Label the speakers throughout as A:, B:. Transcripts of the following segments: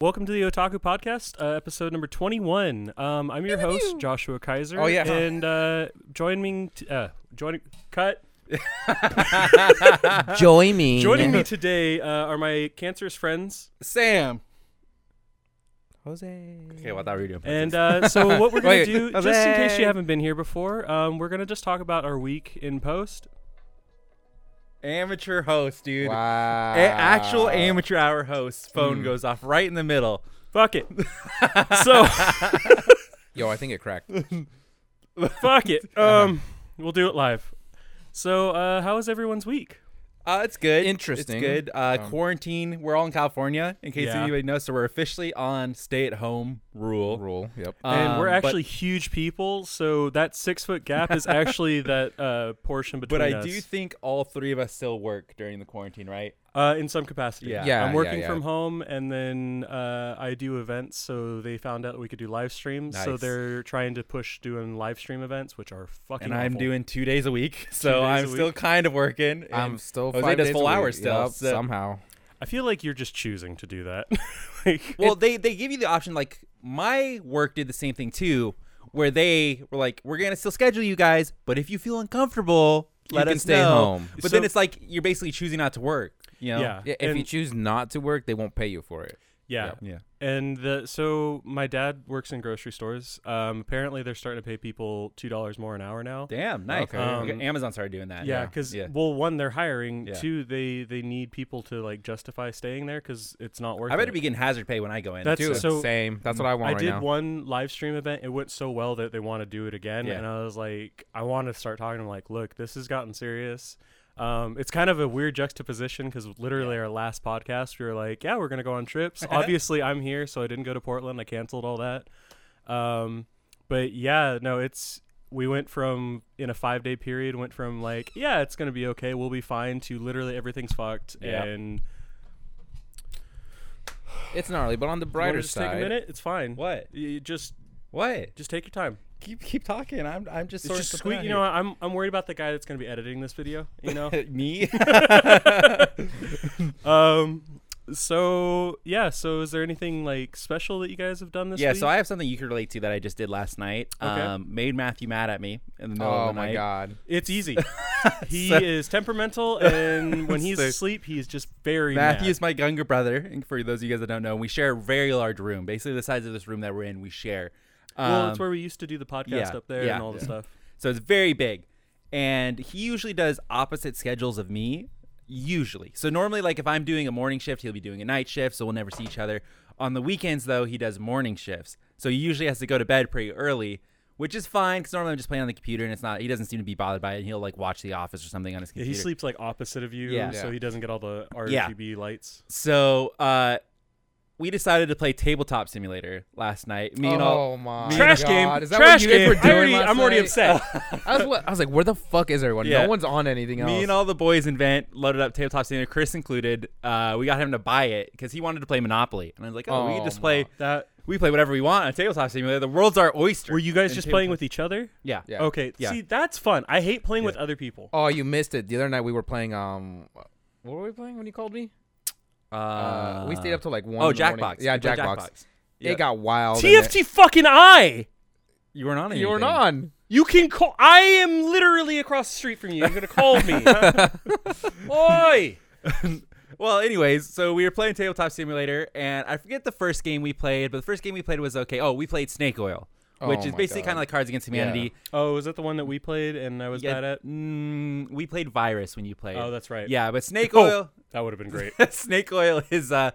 A: Welcome to the Otaku Podcast, uh, episode number 21. Um, I'm your host, Joshua Kaiser.
B: Oh, yeah.
A: And uh, joining, t- uh, joining, cut.
C: Mm-hmm.
D: Join me.
A: Joining me today uh, are my cancerous friends.
B: Sam.
D: Jose.
B: Okay, well, I thought we were doing
A: And uh, so, what we're going
B: Wait.
A: to do, just in case you haven't been here before, um, we're going to just talk about our week in post.
C: Amateur host, dude.
D: Wow.
C: A- actual amateur hour host. Phone goes off right in the middle.
A: Fuck it. so,
D: Yo, I think it cracked.
A: fuck it.
B: Uh-huh.
A: Um, we'll do it live. So, uh, how was everyone's week?
C: Uh, it's good.
D: Interesting.
C: It's good. Uh,
B: Um,
C: quarantine. We're all in California, in case
A: Yeah.
C: anybody knows. So we're officially on stay-at-home rule.
D: Rule. Yep.
A: and we're
C: Um, but-
A: actually huge people, so that six foot gap is actually that uh, portion between
C: But I
A: us.
C: do think all three of us still work during the quarantine, right?
A: uh, in some capacity.
C: Yeah.
D: Yeah,
A: I'm
D: yeah,
A: working
D: yeah.
A: from home, and then uh, I do events. So they found out we could do live streams, so
C: Nice.
A: they're trying to push doing live stream events, which are fucking.
C: And I'm
A: awful.
C: doing two days a week, so
A: days
C: I'm
A: a
C: still
A: week.
C: kind of working. and
D: I'm still
C: Um, Jose
D: five
C: does
D: days
C: full
D: a
C: hours
D: week.
C: still.
D: Yup,
C: so-
D: Somehow.
A: I feel like you're just choosing to do that. like,
C: Well, they they give you the option. Like my work did the same thing too, where they were like, "We're gonna still schedule you guys, but if you feel uncomfortable,
D: You
C: let
D: can
C: us
D: stay
C: know."
D: home.
C: But then
A: So-
C: it's like you're basically choosing not to work. You know?
A: yeah,
D: Yeah, if
A: and,
D: you choose not to work, they won't pay you for it.
A: yeah,
C: yeah.
A: And the, so my dad works in grocery stores. Um, apparently, they're starting to pay people two dollars more an hour now.
C: Damn, nice.
D: Okay.
A: Um,
C: Okay, Amazon started doing that.
A: yeah because
C: yeah.
A: well one they're hiring
C: Yeah.
A: two they they need people to like justify staying there because it's not worth
C: I better
A: it.
C: be getting hazard pay when I go in.
A: That's-
D: Dude,
A: So-
D: same. That's what I want
A: i
D: right
A: did
D: now.
A: one live stream event it went so well that they want to do it again
C: Yeah.
A: and i was like i want to start talking to them like look this has gotten serious um, it's kind of a weird juxtaposition because literally our last podcast we were like yeah we're gonna go on trips obviously i'm here so i didn't go to portland i canceled all that um, but yeah, no, it's we went from in a five day period went from like yeah, it's gonna be okay, we'll be fine to literally everything's fucked
C: Yeah.
A: and
D: It's gnarly, but on the
A: Wanna
D: brighter
A: just
D: side,
A: take a minute, it's fine.
C: What?
A: You just
C: what?
A: just take your time.
C: Keep keep talking. I'm I'm just
A: It's
C: sort
A: just
C: of
A: squeak. You know, I'm I'm worried about the guy that's gonna be editing this video. You know.
C: me.
A: um. So yeah. So is there anything like special that you guys have done this
C: yeah.
A: week?
C: So I have something you can relate to that I just did last night.
A: Okay.
C: Um, made Matthew mad at me in the middle of
D: oh
C: the
D: my
C: night.
D: god,
A: it's easy. He
C: So-
A: is temperamental, and when he's
C: So-
A: asleep, he's just very mad.
C: Matthew is my younger brother, and for those of you guys that don't know, we share a very large room, basically the size of this room that we're in. We share. Um,
A: Well, it's where we used to do the podcast
C: yeah,
A: up there
C: yeah.
A: and all the
C: Yeah.
A: stuff.
C: so it's very big, and he usually does opposite schedules of me. Usually, so normally, like if I'm doing a morning shift, he'll be doing a night shift, so we'll never see each other. On the weekends, though, he does morning shifts, so he usually has to go to bed pretty early, which is fine because normally I'm just playing on the computer, and it's not. He doesn't seem to be bothered by it. And he'll like watch The Office or something on his
A: Yeah,
C: computer.
A: he sleeps like opposite of you,
C: Yeah.
A: so
D: Yeah.
A: he doesn't get all the
C: Yeah.
A: RGB lights.
C: So uh, we decided to play Tabletop Simulator last night. Me and all.
D: oh my
A: Trash
D: god.
A: game.
D: Is that
A: Trash
D: what you
A: game.
D: guys were doing
A: I already,
D: last
A: I'm already
D: night?
A: upset.
D: I was, what- I was like, where the fuck is everyone?
C: Yeah.
D: No one's on anything else.
C: Me and all the boys in Vent loaded up Tabletop Simulator, Chris included. Uh, we got him to buy it because he wanted to play Monopoly, and I was like, "Oh, we can
D: Oh
C: just play.
A: that
C: We play whatever we want on Tabletop Simulator. The world's our oyster."
A: were you guys just playing with each other?
C: Yeah.
D: Yeah.
A: Okay.
C: Yeah.
A: See, that's fun. I hate playing with other people.
D: oh, you missed it. The other night we were playing. Um, what were we playing when you called me?
C: Uh,
D: Uh, we stayed up till like one.
C: Oh,
D: in the morning.
C: Jackbox.
D: Yeah,
C: We played
D: Jackbox.
C: Jackbox.
D: It got wild. in
A: TFT fucking I.
C: You weren't on.
D: there. You were
C: anything.
D: not.
A: You can call. I am literally across the street from you. You're gonna call me. Oi.
C: Well, anyways, so we were playing Tabletop Simulator, and I forget the first game we played, but the first game we played was okay. Oh, we played Snake Oil, which
D: Oh
C: is
D: my
C: basically
D: God.
C: kind of like Cards Against Humanity.
A: Oh, was that the one that we played and I was
C: Yeah,
A: bad at?
C: Mm, we played Virus when you played.
A: Oh, that's right.
C: Yeah, but Snake
A: Oh.
C: Oil.
A: That would have been great.
C: snake Oil is uh,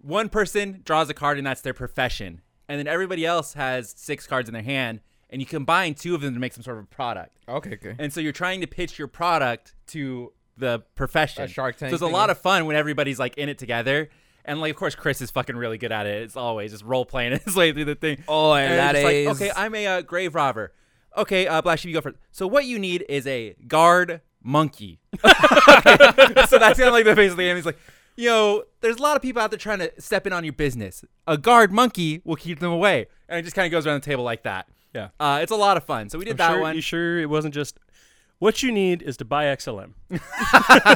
C: one person draws a card and that's their profession, and then everybody else has six cards in their hand, and you combine two of them to make some sort of product.
D: Okay, okay.
C: And so you're trying to pitch your product to the profession.
D: A Shark Tank
C: So it's a
D: thing,
C: lot
D: yeah.
C: of fun when everybody's like in it together. And like, of course, Chris is fucking really good at it. It's always just role playing his way through the thing.
D: Oh, and
C: it's
D: that
C: just like,
D: is-
C: okay, I'm a uh, grave robber. Okay, uh, Black Sheep, you go first. So what you need is a guard monkey. so that's kind of like the face of the game. He's like, yo, there's a lot of people out there trying to step in on your business. A guard monkey will keep them away. And it just kind of goes around the table like that.
A: Yeah.
C: Uh, it's a lot of fun. So we did
A: I'm
C: that
A: sure,
C: one.
A: You sure it wasn't just What you need is to buy XLM.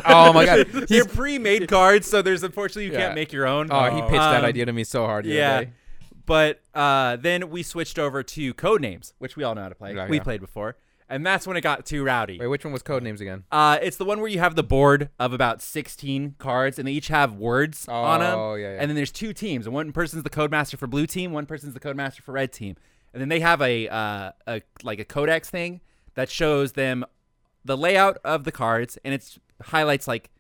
D: oh my god.
C: They're pre-made cards, so there's unfortunately you
D: Yeah.
C: can't make your own.
D: Oh, he pitched that
C: Um,
D: idea to me so hard. The
C: yeah.
D: Other day.
C: But uh, then we switched over to code names, which we all know how to play.
D: Yeah,
C: we
D: yeah.
C: played before, and that's when it got too rowdy.
D: Wait, which one was code names again?
C: Uh, it's the one where you have the board of about 16 cards, and they each have words on them.
D: Oh, yeah, yeah.
C: And then there's two teams, and one person's the code master for blue team, one person's the code master for red team, and then they have a uh, a like a codex thing that shows them the layout of the cards, and it's highlights like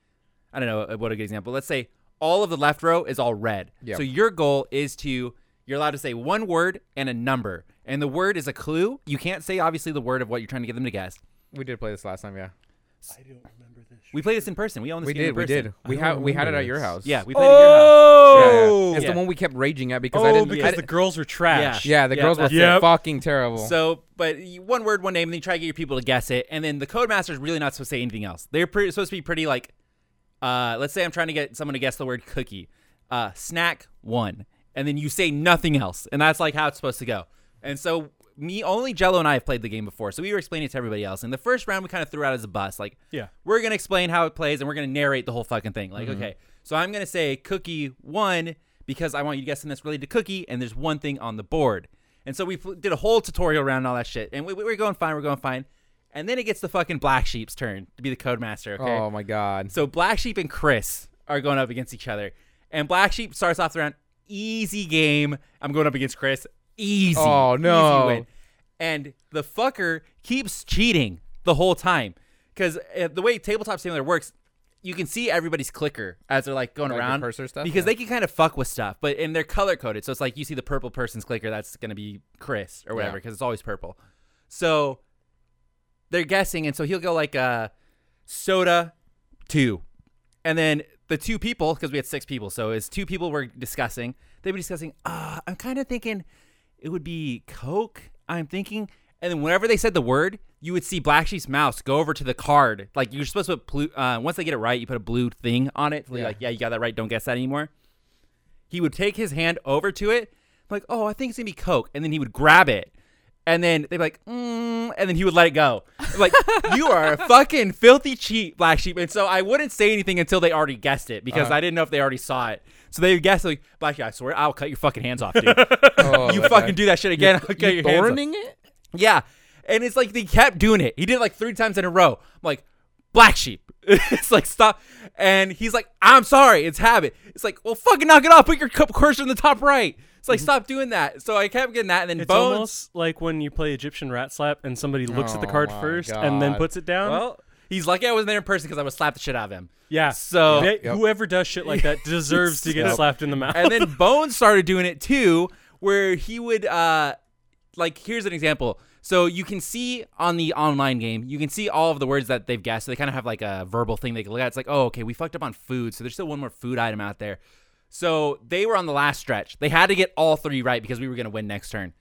C: I don't know uh, what a good example. Let's say all of the left row is all red.
D: Yeah.
C: So your goal is to you're allowed to say one word and a number, and the word is a clue. You can't say obviously the word of what you're trying to get them to guess.
D: We did play this last time, yeah.
A: I don't remember this.
C: We play this in person. We own this
D: We
C: game in
D: did, we
C: person.
D: did. We
A: don't
D: had we had it
A: remember
D: at your
A: this.
D: house.
C: Yeah, we played
D: Yeah, yeah.
A: Oh,
D: It's
C: Yeah.
D: the one we kept raging at because I
A: oh
D: didn't. I
A: because the
D: didn't-
A: girls were trash.
D: yeah, the
C: Yeah,
D: girls were
C: that's
A: it.
D: fucking terrible.
C: at your house. Oh! So, but you- one word, one name, and then you try to get your people to guess it. And then the codemaster is really not supposed to say anything else. They're pretty, supposed to be pretty like, uh, let's say I'm trying to get someone to guess the word cookie, uh, snack one, and then you say nothing else, and that's like how it's supposed to go. And so me, only Jello and I have played the game before, so we were explaining it to everybody else. And the first round we kind of threw out as a bus, like,
A: Yeah.
C: we're gonna explain how it plays and we're gonna narrate the whole fucking thing. Like, okay, so I'm gonna say cookie one because I want you to guess something that's related to cookie, and there's one thing on the board. And so we fl- did a whole tutorial round and all that shit, and we, we were going fine, we're going fine. And then it gets the fucking black sheep's turn to be the code master. Okay,
D: Oh my god.
C: so Black Sheep and Chris are going up against each other, and Black Sheep starts off the round easy game. I'm going up against Chris, easy.
D: Oh, no.
C: easy win. And the fucker keeps cheating the whole time because uh, the way tabletop simulator works, you can see everybody's clicker as they're like going
D: Like the
C: around
D: cursor stuff?
C: because
D: Yeah.
C: they can kind of fuck with stuff, but and they're color coded, so it's like you see the purple person's clicker, that's gonna be Chris or whatever
D: Yeah.
C: because it's always purple. So they're guessing, and so he'll go like uh, soda two, and then the two people because we had six people, so it's two people we're discussing. They'd be discussing. Uh, I'm kind of thinking it would be Coke. I'm thinking, and then whenever they said the word, you would see Black Sheep's mouse go over to the card. Like you're supposed to put blue. Uh, once they get it right, you put a blue thing on it. So they're
D: Yeah.
C: Like yeah, you got that right. Don't guess that anymore. He would take his hand over to it, like oh, I think it's gonna be Coke, and then he would grab it. And then they'd be like, mm, and then he would let it go. I'm Like, you are a fucking filthy cheat, black sheep. And so I wouldn't say anything until they already guessed it because
D: Uh-huh.
C: I didn't know if they already saw it. So they would guess, like, black sheep, I swear, I'll cut your fucking hands off, dude.
D: Oh,
C: you
D: my
C: fucking
D: God.
C: do that shit again, I'll cut your hands off.
D: thorning it?
C: Yeah. And it's like they kept doing it. He did it like three times in a row. I'm like, black sheep. it's like, stop. And he's like, I'm sorry. It's habit. It's like, well, fucking knock it off. Put your cu- cursor in the top right. It's like, stop doing that. So I kept getting that. And then
A: Mm-hmm. It's
C: Bones.
A: almost like when you play Egyptian Rat Slap and somebody looks at the
D: Oh
A: card
D: my
A: first and then
D: God.
A: puts it down.
C: well, he's lucky I wasn't there in person because I would slap the shit out of him.
A: yeah.
C: So-
A: They-
D: Yep.
A: whoever does shit like that deserves to get
C: Yep.
A: slapped in the mouth.
C: and then Bones started doing it too, where he would uh like here's an example. So you can see on the online game, you can see all of the words that they've guessed. So they kind of have like a verbal thing they can look at. It's like, oh, okay, we fucked up on food, so there's still one more food item out there. So they were on the last stretch. They had to get all three right because we were gonna win next turn.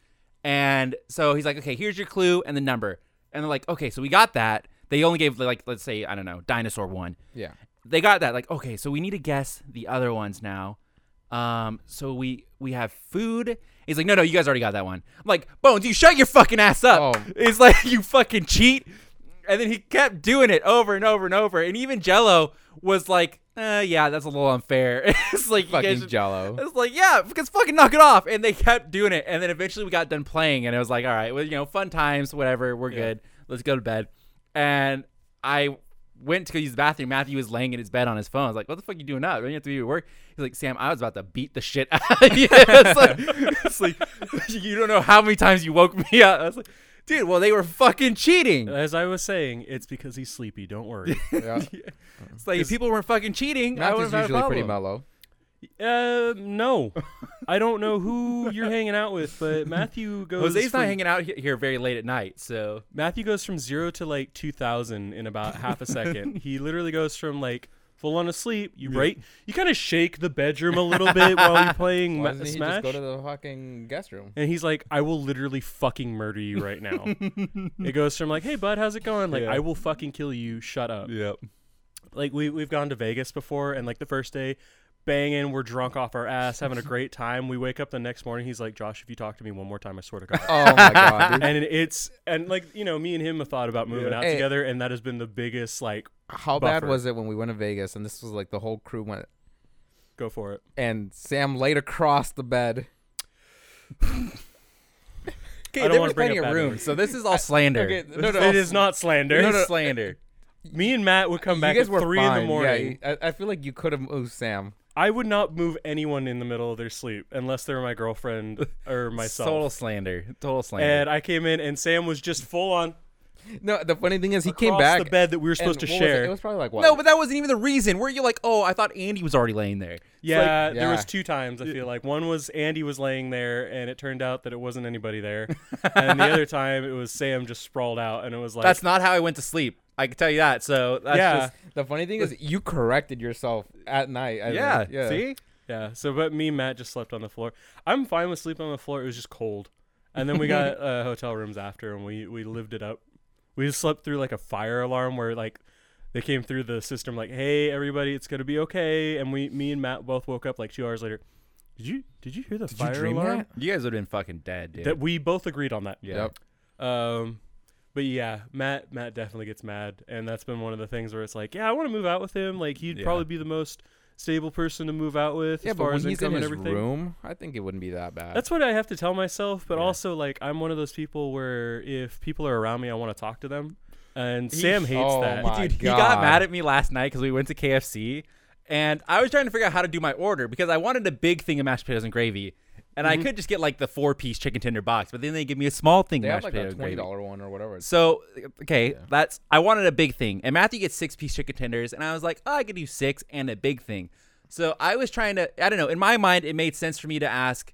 C: And so he's like, okay, here's your clue and the number. And they're like, okay, so we got that. They only gave like let's say I don't know, dinosaur one
D: Yeah.
C: they got that like okay so we need to guess the other ones now um so we we have food he's like no no you guys already got that one I'm like bones you shut your fucking ass up
D: Oh.
C: it's like you fucking cheat and then he kept doing it over and over and over and even jello was like uh yeah that's a little unfair it's like you guys
D: Fucking
C: should-
D: jello.
C: it's like, yeah, because fucking knock it off. And they kept doing it. And then eventually we got done playing. And it was like, all right, well, you know, fun times, whatever. We're good. Let's go to bed. And I went to go use the bathroom. Matthew was laying in his bed on his phone. I was like, what the fuck you doing up? Don't you have to be at work? He's like, Sam, I was about to beat the shit out of you. it's, like, it's like, you don't know how many times you woke me up. I was like, dude, well, they were fucking cheating.
A: As I was saying, it's because he's sleepy. Don't worry.
D: Yeah.
C: It's like, if people weren't fucking cheating, I
D: Matthew's
C: would have had a
D: usually pretty
C: problem.
D: mellow.
A: uh, no, I don't know who you're hanging out with, but Matthew goes.
C: Jose's not
A: from-
C: hanging out he- here very late at night, so
A: Matthew goes from zero to like two thousand in about half a second. he literally goes from like full on asleep. You right? You kind of shake the bedroom a little bit while you're playing
D: Why
A: Ma-
D: doesn't he
A: Smash.
D: just go to the fucking guest room?
A: and he's like, "I will literally fucking murder you right now." it goes from like, "Hey bud, how's it going?" Like,
C: Yeah.
A: "I will fucking kill you. Shut up."
C: yep.
A: Like we we've gone to Vegas before, and like the first day, banging. We're drunk off our ass, having a great time. We wake up the next morning. He's like, Josh, if you talk to me one more time, I swear to God.
D: Oh my god, dude.
A: and it's and like you know, me and him have thought about moving out
D: Hey.
A: together, and that has been the biggest like,
D: How
A: Buffer.
D: bad was it when we went to Vegas and this was like the whole crew went
A: go for it.
D: and Sam laid across the bed.
C: Okay,
A: I don't
C: there
A: wanna
C: was
A: bring
C: plenty
A: up
C: of
A: bad
C: room,
A: memories.
C: so this is all slander.
D: Okay,
C: This
D: no, no,
A: it is not slander.
C: is slander.
A: Me and Matt would come back
D: you
A: at
D: guys were
A: three
D: fine.
A: in the morning.
D: Yeah, I, I feel like you could have moved Sam.
A: I would not move anyone in the middle of their sleep unless they were my girlfriend or
C: Total
A: myself.
C: slander. Total slander.
A: And I came in, and Sam was just full on
D: No, the funny thing is he came
A: across
D: back.
A: the bed that we were
D: and
A: supposed to
D: what was
A: share.
D: It? it was probably like what?
C: no, but that wasn't even the reason. Were you like, oh, I thought Andy was already laying there? It's like,
A: Yeah, there
D: Yeah.
A: was two times I feel like one was Andy was laying there and it turned out that it wasn't anybody there, and the other time it was Sam just sprawled out and it was like
C: that's not how I went to sleep. I can tell you that. So that's
A: Yeah.
C: just
D: the funny thing is you corrected yourself at night. I think.
C: yeah,
D: yeah.
C: See,
A: yeah. So but me and Matt just slept on the floor. I'm fine with sleeping on the floor. It was just cold, and then we got uh, hotel rooms after and we we lived it up. We just slept through like a fire alarm where like they came through the system like hey everybody it's gonna be okay and we me and Matt both woke up like two hours later. Did you did you hear the
D: Did
A: fire
D: you dream
A: alarm?
D: that?
C: you guys would have been fucking dead, dude.
A: That we both agreed on that.
C: yeah.
D: Yep.
A: Um, but yeah, Matt Matt definitely gets mad, and that's been one of the things where it's like, yeah, I want to move out with him. Like he'd
C: Yeah.
A: probably be the most stable person to move out with
D: Yeah,
A: as
D: but
A: far
D: when
A: as
D: he's in
A: income and
D: his
A: everything.
D: room, I think it wouldn't be that bad.
A: That's what I have to tell myself. But
C: Yeah.
A: also, like, I'm one of those people where if people are around me, I want to talk to them. And
C: He-
A: Sam hates
D: oh
A: that.
D: my-
C: Dude, he got
D: God.
C: mad at me last night because we went to KFC, and I was trying to figure out how to do my order because I wanted a big thing of mashed potatoes and gravy, and
D: Mm-hmm.
C: I could just get like the four-piece chicken tender box, but then they give me a small thing
D: they have
C: of mashed
D: like
C: potato
D: a
C: and
D: twenty
C: gravy.
D: dollar one or whatever.
C: So okay, that's I wanted a big thing, and Matthew gets six-piece chicken tenders, and I was like, oh, I could do six and a big thing. So I was trying to, I don't know, in my mind, it made sense for me to ask,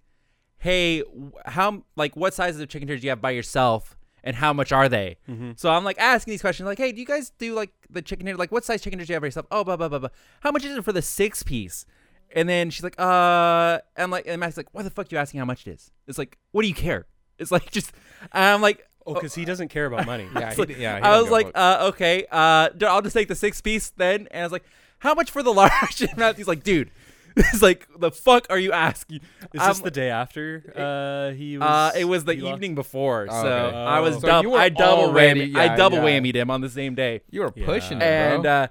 C: hey, wh- how like what sizes of chicken tenders do you have by yourself, and how much are they? So I'm like asking these questions, like, hey, do you guys do like the chicken tender? Like, what size chicken tenders do you have by yourself? Oh, blah blah blah blah. How much is it for the six piece? And then she's like, uh, I'm like, and Matt's like, why the fuck you asking how much it is? It's like, what do you care? It's like just, I'm like,
A: Oh, because he doesn't care about money.
D: yeah,
C: it's
D: he,
C: like-
D: d- yeah, he
C: I
D: don't
C: was
D: give a
C: like,
D: fuck.
C: uh, okay, uh, d- I'll just take the six piece then. And I was like, how much for the large? And Matthew's like, dude, it's like, the fuck are you asking?
A: Is
C: I'm-
A: this the day after uh, he was?
C: Uh, it was the
A: he lost-
C: evening before,
D: Oh,
C: so
D: okay.
C: I was
A: Oh.
D: So you
C: double.
D: were
C: I double
D: already-
C: whammy. I
D: yeah,
C: double
D: yeah.
C: whammied him on the same day,
D: you were
A: Yeah.
D: pushing it,
C: and
D: bro.
C: uh,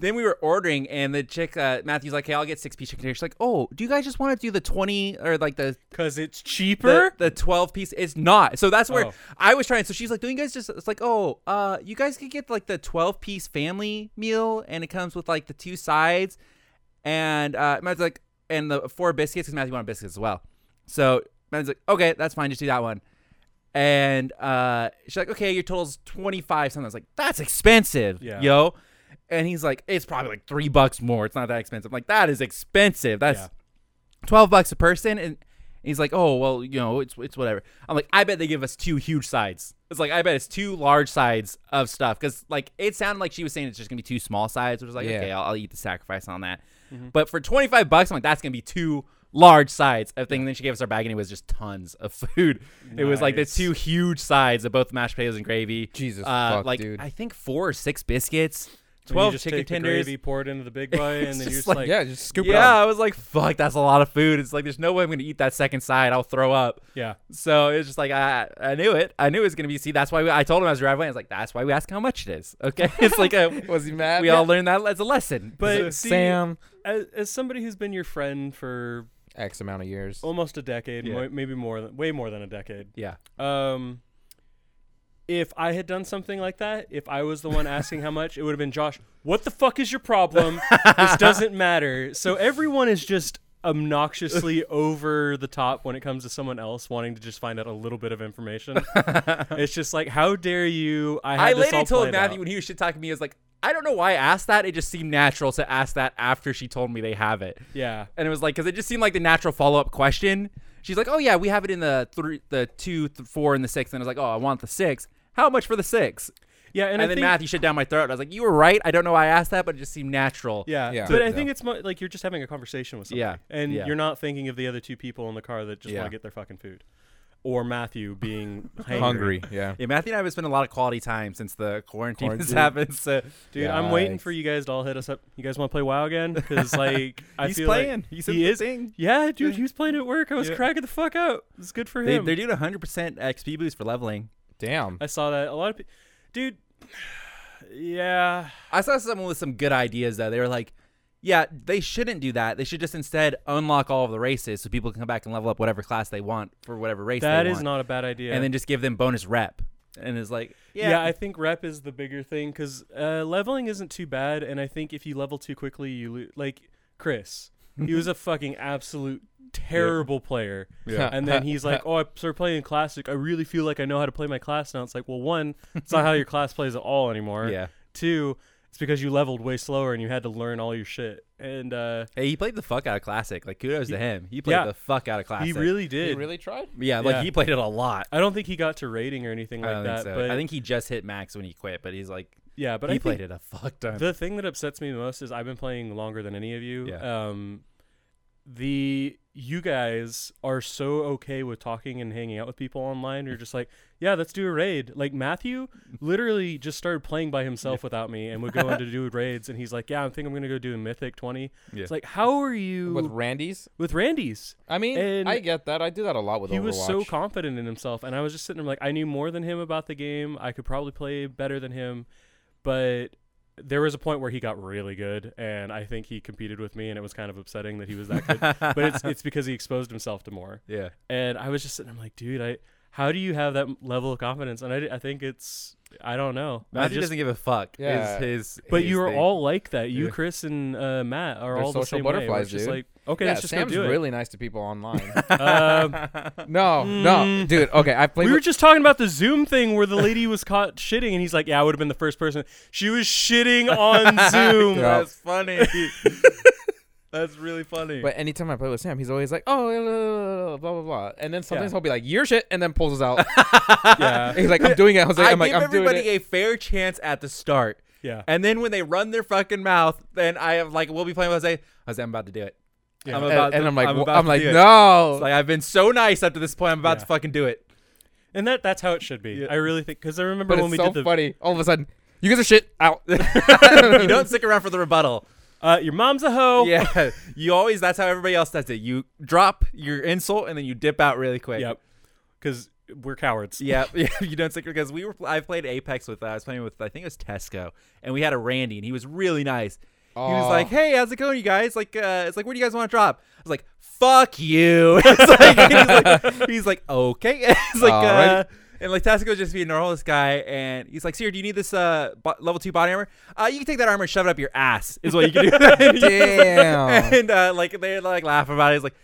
C: then we were ordering, and the chick uh, Matthew's like, "Hey, I'll get six piece chicken tenders." She's like, "Oh, do you guys just want to do the twenty or like the
A: Because it's
C: the,
A: cheaper.
C: the 12 piece it's not so that's where
A: Oh.
C: i was trying so she's like do you guys just it's like oh uh you guys could get like the 12 piece family meal and it comes with like the two sides and uh matt's like and the four biscuits because matthew wanted biscuits as well so matt's like okay that's fine just do that one and uh she's like okay your total's 25 something i was like that's expensive
A: Yeah.
C: yo and he's like it's probably like three bucks more it's not that expensive I'm like that is expensive that's 12 bucks a person and he's like oh well you know it's it's whatever i'm like i bet they give us two huge sides it's like i bet it's two large sides of stuff because like it sounded like she was saying it's just gonna be two small sides which is like
D: Yeah.
C: okay I'll, I'll eat the sacrifice on that
A: Mm-hmm.
C: but for 25 bucks i'm like that's gonna be two large sides of thing and then she gave us our bag and it was just tons of food it was like the
A: Nice.
C: two huge sides of both mashed potatoes and gravy
D: Jesus
C: uh,
D: fuck,
C: like
D: dude.
C: i think four or six biscuits
A: And you
C: 12
A: just
C: chicken
A: take the
C: tenders
A: gravy, pour it into the big boy,
C: It's
A: and then
C: just
A: you're just
C: like-
A: like,
D: yeah, just scoop it
C: yeah,
D: up.
C: I was like, fuck, that's a lot of food. It's like, there's no way I'm going to eat that second side. I'll throw up.
A: yeah.
C: So it was just like, I, I knew it. I knew it was going to be. See, that's why we, I told him I was driving. I was like, that's why we ask how much it is. Okay. It's like, a,
D: Was he mad?
C: we all learned that as a lesson.
A: But see,
D: Sam,
A: as, as somebody who's been your friend for
D: X amount of years.
A: almost a decade,
C: Yeah.
A: mo- maybe more, than, way more than a decade.
C: yeah.
A: Um, if I had done something like that, if I was the one asking how much, it would have been Josh. What the fuck is your problem? this doesn't matter. So everyone is just obnoxiously over the top when it comes to someone else wanting to just find out a little bit of information. it's just like, how dare you? I, had
C: I
A: this
C: later
A: all
C: told
A: planned
C: Matthew
A: out.
C: when he was shit talking to me, I was like, I don't know why I asked that. It just seemed natural to ask that after she told me they have it.
A: Yeah.
C: And it was like, because it just seemed like the natural follow up question. She's like, oh, yeah, we have it in the three, the two, th- four, and the six. And I was like, oh, I want the six. How much for the six?
A: Yeah. And,
C: and,
A: I
C: then
A: think-
C: Matthew shut down my throat. I was like, "You were right. I don't know why I asked that, but it just seemed natural."
A: Yeah.
D: Yeah.
A: But
D: To-
A: I
D: yeah.
A: think it's mo- like you're just having a conversation with somebody.
C: Yeah.
A: And
C: Yeah.
A: you're not thinking of the other two people in the car that just
C: Yeah.
A: want to get their fucking food. or Matthew being hangry.
D: Hungry. Yeah.
C: Yeah, Matthew and I have spent a lot of quality time since the quarantine, has
D: Quarantine.
C: happened. So
A: Dude, I'm waiting for
D: Yikes.
A: you guys to all hit us up. You guys want to play WoW again? Because like I
C: he's
A: feel like-
C: playing. he's in
A: he
C: the
A: is.
C: thing.
A: Yeah, dude, he was playing at work. I was
C: Yeah.
A: cracking the fuck up. It's good for
C: They,
A: him.
C: they're doing 100% XP boost for leveling.
D: Damn.
A: I saw that a lot of people. Dude, yeah,
C: I saw someone with some good ideas though. They were like, "Yeah, they shouldn't do that. They should just instead unlock all of the races so people can come back and level up whatever class they want for whatever race
A: that
C: they
A: is
C: want,
A: not a bad idea.
C: and then just give them bonus rep." And it's like,
A: yeah.
C: "Yeah,
A: I think rep is the bigger thing because uh, leveling isn't too bad, and I think if you level too quickly, you lose. Like Chris, he was a fucking absolute terrible player.
D: Yeah.
A: And then he's like, "Oh, I started playing classic. I really feel like I know how to play my class now." It's like, well, one, it's not how your class plays at all anymore.
C: yeah."
A: Two, it's because you leveled way slower and you had to learn all your shit. And uh,
C: Hey, he played the fuck out of classic. Like kudos to him. He played
A: yeah.
C: the fuck out of classic.
A: he really did.
D: He really tried.
C: yeah, like
A: yeah.
C: he played it a lot.
A: I don't think he got to rating or anything
C: I
A: like
C: don't
A: that.
C: think so.
A: But
C: I think he just hit max when he quit, but he's like,
A: yeah, but
C: he
A: I
C: played
A: think
C: it a fuck ton.
A: the thing that upsets me the most is I've been playing longer than any of you.
C: Yeah.
A: Um, the you guys are so okay with talking and hanging out with people online. You're just like, yeah, let's do a raid. Like Matthew literally just started playing by himself without me and would go into do raids. And he's like, yeah, I think I'm gonna go do a mythic twenty.
C: Yeah.
A: It's like, how are you
D: With
A: with,
D: Randy's.
A: Randy's?
D: I mean,
A: And-
D: I get that. I do that a lot with
A: he
D: Overwatch.
A: was so confident in himself and i was just sitting there like i knew more than him about the game i could probably play better than him but there was a point where he got really good and i think he competed with me and it was kind of upsetting that he was that good but it's, it's because he exposed himself to more
C: yeah.
A: and i was just sitting there like dude i how do you have that level of confidence and i, d- I think it's i don't know I
C: Matthew
A: just-
C: doesn't give a fuck. is
D: Yeah.
C: his,
A: but
C: his
A: you are
C: thing.
A: all like that you
C: Yeah.
A: chris and uh, matt are
D: They're
A: all the
D: social
A: same way, where
D: butterflies,
A: it's just
D: dude.
A: like okay
D: yeah,
A: let's just
D: Sam's
A: go do
D: really nice to people online.
A: it um,
D: no, no, dude. Okay, I played.
A: we were
D: with-
A: just talking about the Zoom thing where the lady was caught shitting, and he's like, "Yeah, I would have been the first person." She was shitting on Zoom.
D: Yeah.
C: That's funny. That's really funny.
D: but anytime I play with Sam, he's always like, "Oh, blah blah blah," and then sometimes he'll be like, "Your shit," and then pulls us out.
A: yeah,
D: he's like, "I'm doing it." I was like,
C: I
D: "I'm like,
C: give
D: I'm doing
C: everybody
D: it."
C: a fair chance at the start,
A: yeah.
C: and then when they run their fucking mouth, then I am like, we'll be playing. with Jose. Jose, I'm about to do it.
A: Yeah.
C: I'm
A: And-
C: about
D: And, and
C: to-
D: I'm like, "Wha-
C: about
D: I'm
C: to
D: like,
C: do it."
D: no.
C: It's like I've been so nice up to this point. I'm about
A: Yeah.
C: to fucking do it.
A: And that that's how it should be.
C: Yeah.
A: I really think because I remember
D: but
A: when
D: it's
A: we
D: so
A: did the
D: funny. All of a sudden, you guys are shit out.
C: you don't stick around for the rebuttal.
A: uh, your mom's a hoe.
C: Yeah, you always. That's how everybody else does it. You drop your insult and then you dip out really quick.
A: Yep. Because we're cowards.
C: Yeah, yeah, you don't stick because we were. I played Apex with. uh, I was playing with. I think it was Tesco, and we had a Randy, and he was really nice. He was
D: Aw.
C: like, "Hey, how's it going, you guys? Like, uh, it's like, where do you guys want to drop?" I was like, "Fuck you!" It's like- he's, like, he's like, "Okay." It's like, uh,
D: Alright.
C: and like Tasco just being normal, this guy, and he's like, "Sir, do you need this uh bo- level two body armor? Uh, you can take that armor and shove it up your ass, is what you can do." And he-
D: Damn.
C: and uh, like they like laugh about it. He's like,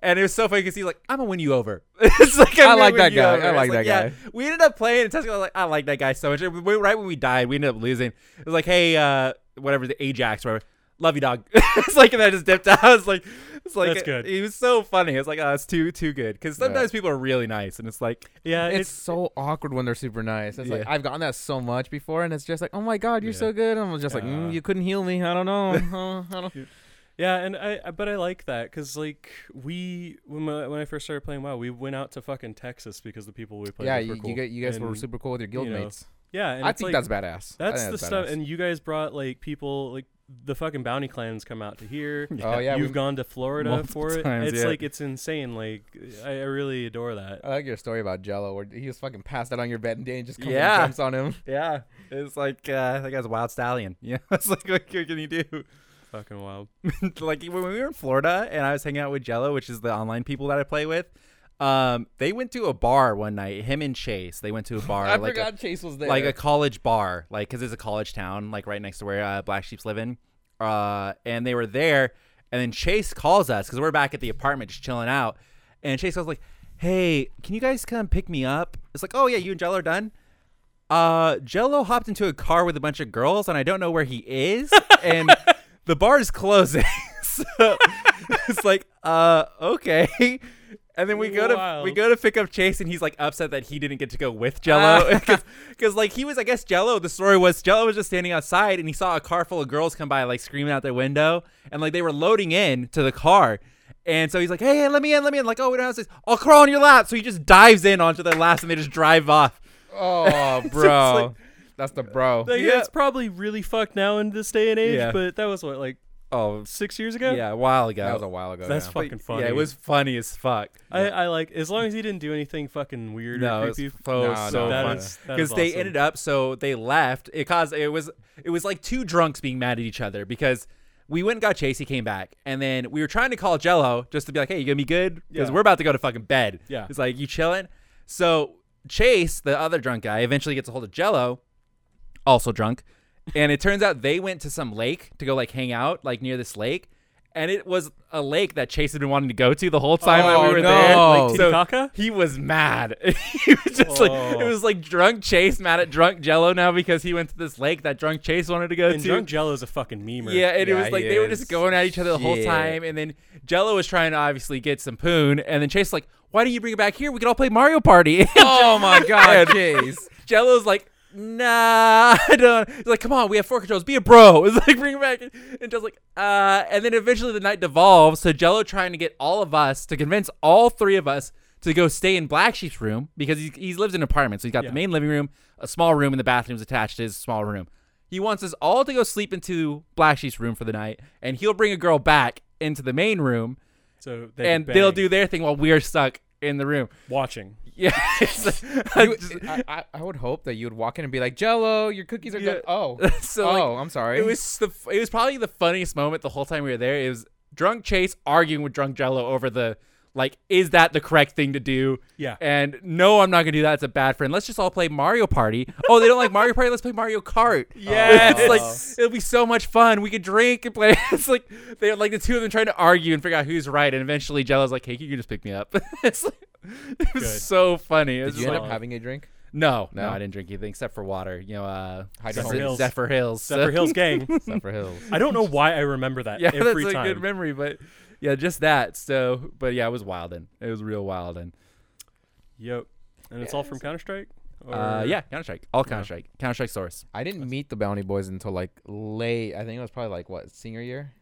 C: and it was so funny because he's like, "I'm gonna win you over." it's like
D: I
C: I'm gonna
D: like
C: win
D: that
C: you
D: guy.
C: over.
D: I
C: It's
D: like that
C: yeah.
D: guy.
C: We ended up playing, and Tesco was like, "I like that guy so much." And we- right when we died, we ended up losing. It was like, "Hey, uh, whatever the Ajax, whatever." Love you, dog. it's like, and I just dipped out. It's like, it's like,
A: That's good.
C: He was so funny. It's like, oh, it's too, too good. Because
D: Yeah.
C: sometimes people are really nice, and it's like,
A: yeah.
D: it's,
A: It's,
D: so awkward when they're super nice. It's like
C: Yeah.
D: I've gotten that so much before, and it's just like, oh my god, you're
C: Yeah.
D: so good. And I'm just like,
A: Yeah.
D: mm, you couldn't heal me. I don't know. Uh, I don't.
A: yeah, and I I- but I like that because like we when my, when I first started playing WoW, we went out to fucking Texas because the people we played
D: yeah,
A: with
D: you,
A: were cool.
D: you, get, you guys were
A: And-
D: super cool with your guild
A: know,
D: mates.
A: Yeah, and
D: I
A: it's
D: think
A: like,
D: that's badass. I
A: That's
D: think
A: the stuff,
D: badass.
A: and you guys brought like people like the fucking bounty clans come out to here.
D: oh yeah,
A: You've
D: we,
A: gone to Florida
C: multiple
A: for it.
C: times,
A: it's
C: yeah.
A: like it's insane. Like I, I really adore that.
D: I like your story about Jello, where he was fucking passed out on your bed, and Danny just comes
C: Yeah.
D: and jumps on him.
C: yeah, it's like, uh, that guy's a wild stallion. Yeah, it's like, what can you do?
A: Fucking wild.
C: like when we were in Florida and I was hanging out with Jello, which is the online people that I play with. Um, they went to a bar one night. Him and Chase, they went to a bar,
D: I
C: like
D: forgot Chase was
C: a,
D: there.
C: like a college bar, like because it's a college town, like right next to where uh, Black Sheep's living. Uh, and they were there, and then Chase calls us because we're back at the apartment just chilling out, and Chase was like, "Hey, can you guys come pick me up?" It's like, "Oh yeah, you and Jello are done." uh jello hopped into a car with a bunch of girls and i don't know where he is and the bar is closing so it's like uh okay and then we go to we
A: Wild.
C: go to pick up chase and he's like upset that he didn't get to go with jello because like he was i guess jello the story was jello was just standing outside and he saw a car full of girls come by like screaming out their window and like they were loading in to the car And so he's like, hey, hey, let me in, let me in. Like, oh, we don't have space. I'll crawl on your lap. So he just dives in onto their laps and they just drive off.
D: Oh, bro. That's the bro.
A: Like,
C: Yeah.
A: It's probably really fucked now in this day and age,
C: Yeah.
A: but that was what, like
C: Oh,
A: six years ago?
C: yeah, a while ago.
D: That was a while ago.
A: That's
D: yeah.
A: fucking funny.
C: Oh, Yeah, it was funny as fuck.
A: I, I like as long as he didn't do anything fucking weird
C: No,
A: or
C: it's
A: creepy.
C: so,
D: No,
C: oh, so
D: no,
A: that
C: funny.
A: is- that
C: Because
A: is
C: they
A: awesome.
C: ended up, so they left. It caused it was it was like two drunks being mad at each other because we went and got Chase. He came back, and then we were trying to call Jello just to be like, "Hey, you gonna be good?" Because
A: Yeah.
C: we're about to go to fucking bed.
A: Yeah.
C: it's like you chilling. So Chase, the other drunk guy, eventually gets a hold of Jello, also drunk, and it turns out they went to some lake to go like hang out like near this lake. And it was a lake that Chase had been wanting to go to the whole time that
D: Oh,
C: we were
D: no.
C: there.
D: Lake
C: So-
A: Titicaca?
C: he was mad. he was just like it
A: Whoa.
C: was like drunk Chase mad at drunk Jello now because he went to this lake that drunk Chase wanted to go
A: and
C: to.
A: drunk Jello is a fucking memer.
C: yeah, and it
D: Yeah,
C: was like
D: he
C: they were just
D: is.
C: going at each other the whole
D: Shit.
C: time, and then Jello was trying to obviously get some poon, and then Chase was like, "Why don't you bring it back here? We can all play Mario Party."
D: Oh my god, Chase.
C: Jello's like, nah, I don't. He's like, come on, we have four controls. Be a bro. It's like, bring it back. And Jello's like, uh. And then eventually the night devolves. So Jello trying to get all of us to convince all three of us to go stay in Black Sheep's room because he, he lives in an apartment. So he's got
A: Yeah.
C: the main living room, a small room, and the bathroom's attached to his small room. He wants us all to go sleep into Black Sheep's room for the night, and he'll bring a girl back into the main room,
A: So they
C: and
A: could
C: they'll
A: bang
C: do their thing while we're stuck in the room.
A: watching.
C: Yeah. it's- I
D: You-
C: just-
D: I, I, I would hope that you would walk in and be like, Jello, your cookies are
C: Yeah.
D: good. Oh,
C: so like,
D: oh, I'm sorry.
C: It was the it was probably the funniest moment the whole time we were there. It was drunk Chase arguing with drunk Jello over the like, is that the correct thing to do?
A: Yeah.
C: And no, I'm not gonna do that. It's a bad friend. Let's just all play Mario Party. oh, they don't like Mario Party. Let's play Mario Kart.
A: Yes.
C: it's like it'll be so much fun. We could drink and play. It's like they're like the two of them trying to argue and figure out who's right. And eventually Jello's like, hey, you can just pick me up. it's like, it was
A: Good.
C: so funny. It was
D: Did you
C: just
D: end
C: like-
D: up having a drink?
C: no, no,
D: No?
C: I didn't drink anything except for water. You know, uh,
D: Hydro
C: Zephyr
A: Hills.
C: Zephyr Hills.
A: Zephyr Hills gang.
D: Except for Hills.
A: I don't know why I remember that
C: yeah,
A: every
C: that's
A: time.
C: a good memory, but yeah, just that. So, but yeah, it was wildin'. It was real wildin'.
A: Yep. And it's all from Counter Strike?
C: Uh, yeah, Counter Strike, all Counter Strike, Counter Strike source.
D: I didn't meet the Bounty Boys until like late. I think it was probably like what senior year.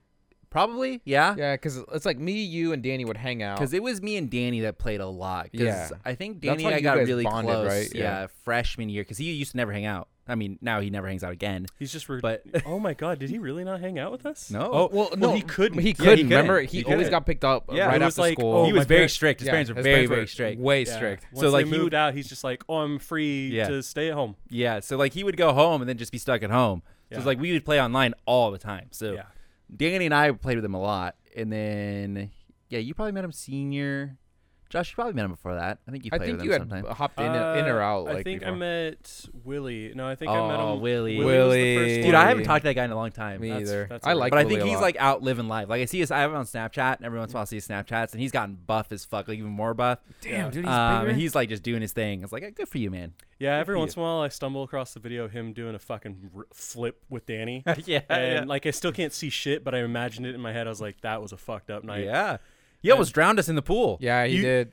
C: Probably, yeah,
D: Yeah, because it's like me, you, and Danny would hang out.
C: because it was me and Danny that played a lot. 'cause
D: Yeah.
C: I think
D: That's
C: Danny
D: why
C: and I
D: you
C: got
D: guys
C: really
D: bonded,
C: close.
D: right?
C: Yeah.
D: Yeah.
C: freshman year, because he used to never hang out. I mean, now he never hangs out again.
A: He's just rude.
C: But-
A: oh my god, did he really not hang out with us?
C: No.
A: Oh
D: well,
A: no,
D: no,
A: he couldn't.
D: he
C: couldn't.
D: could. remember, he,
C: He
D: always
C: couldn't.
D: got picked up uh,
C: Yeah,
D: right
A: he
D: after
A: was like,
D: school.
A: oh,
C: he was
A: my
C: very
A: parents-
C: strict. His
D: Yeah,
C: parents were
D: his
C: very,
D: parents
C: very
D: were
C: strict.
D: way
A: Yeah.
D: strict.
A: Once
C: So, like,
A: they
C: he
A: moved
C: would-
A: out, he's just like, oh, I'm free
C: Yeah.
A: to stay at home.
C: Yeah, so like he would go home and then just be stuck at home. So
A: Yeah.
C: it's like we would play online all the time. So
A: Yeah.
C: Danny and I played with him a lot, and then yeah, you probably met him senior. Josh, you probably met him before that. I think you
D: I
C: played
D: think
C: with
D: you
C: him
D: had
C: sometime.
D: hopped in, in or
A: Uh,
D: out. Like
A: I think
D: before.
A: I met Willie. No, I think I met
C: Oh,
A: him.
C: Willie.
A: Willie. Was the first
C: Dude,
A: one.
C: I haven't talked to that guy in a long time.
D: me
A: that's-
D: either.
A: that's
D: I
A: alright.
D: like,
C: but I think
D: Willie a
C: he's
D: lot.
C: like out living life. Like I see his, I have him on Snapchat, and every once in a while I see his Snapchats, and he's gotten buff as fuck, like even more buff.
D: damn, dude, he's
C: Um, and
D: bigger.
C: he's like just doing his thing. It's like eh, good for you, man.
A: Yeah, every
C: for
A: once in a while I stumble across the video of him doing a fucking r- flip with Danny.
C: yeah,
A: and
C: yeah.
A: like I still can't see shit, but I imagined it in my head. I was like, that was a fucked up night.
C: yeah. He almost drowned us in the pool.
D: yeah, he
A: you-
D: did.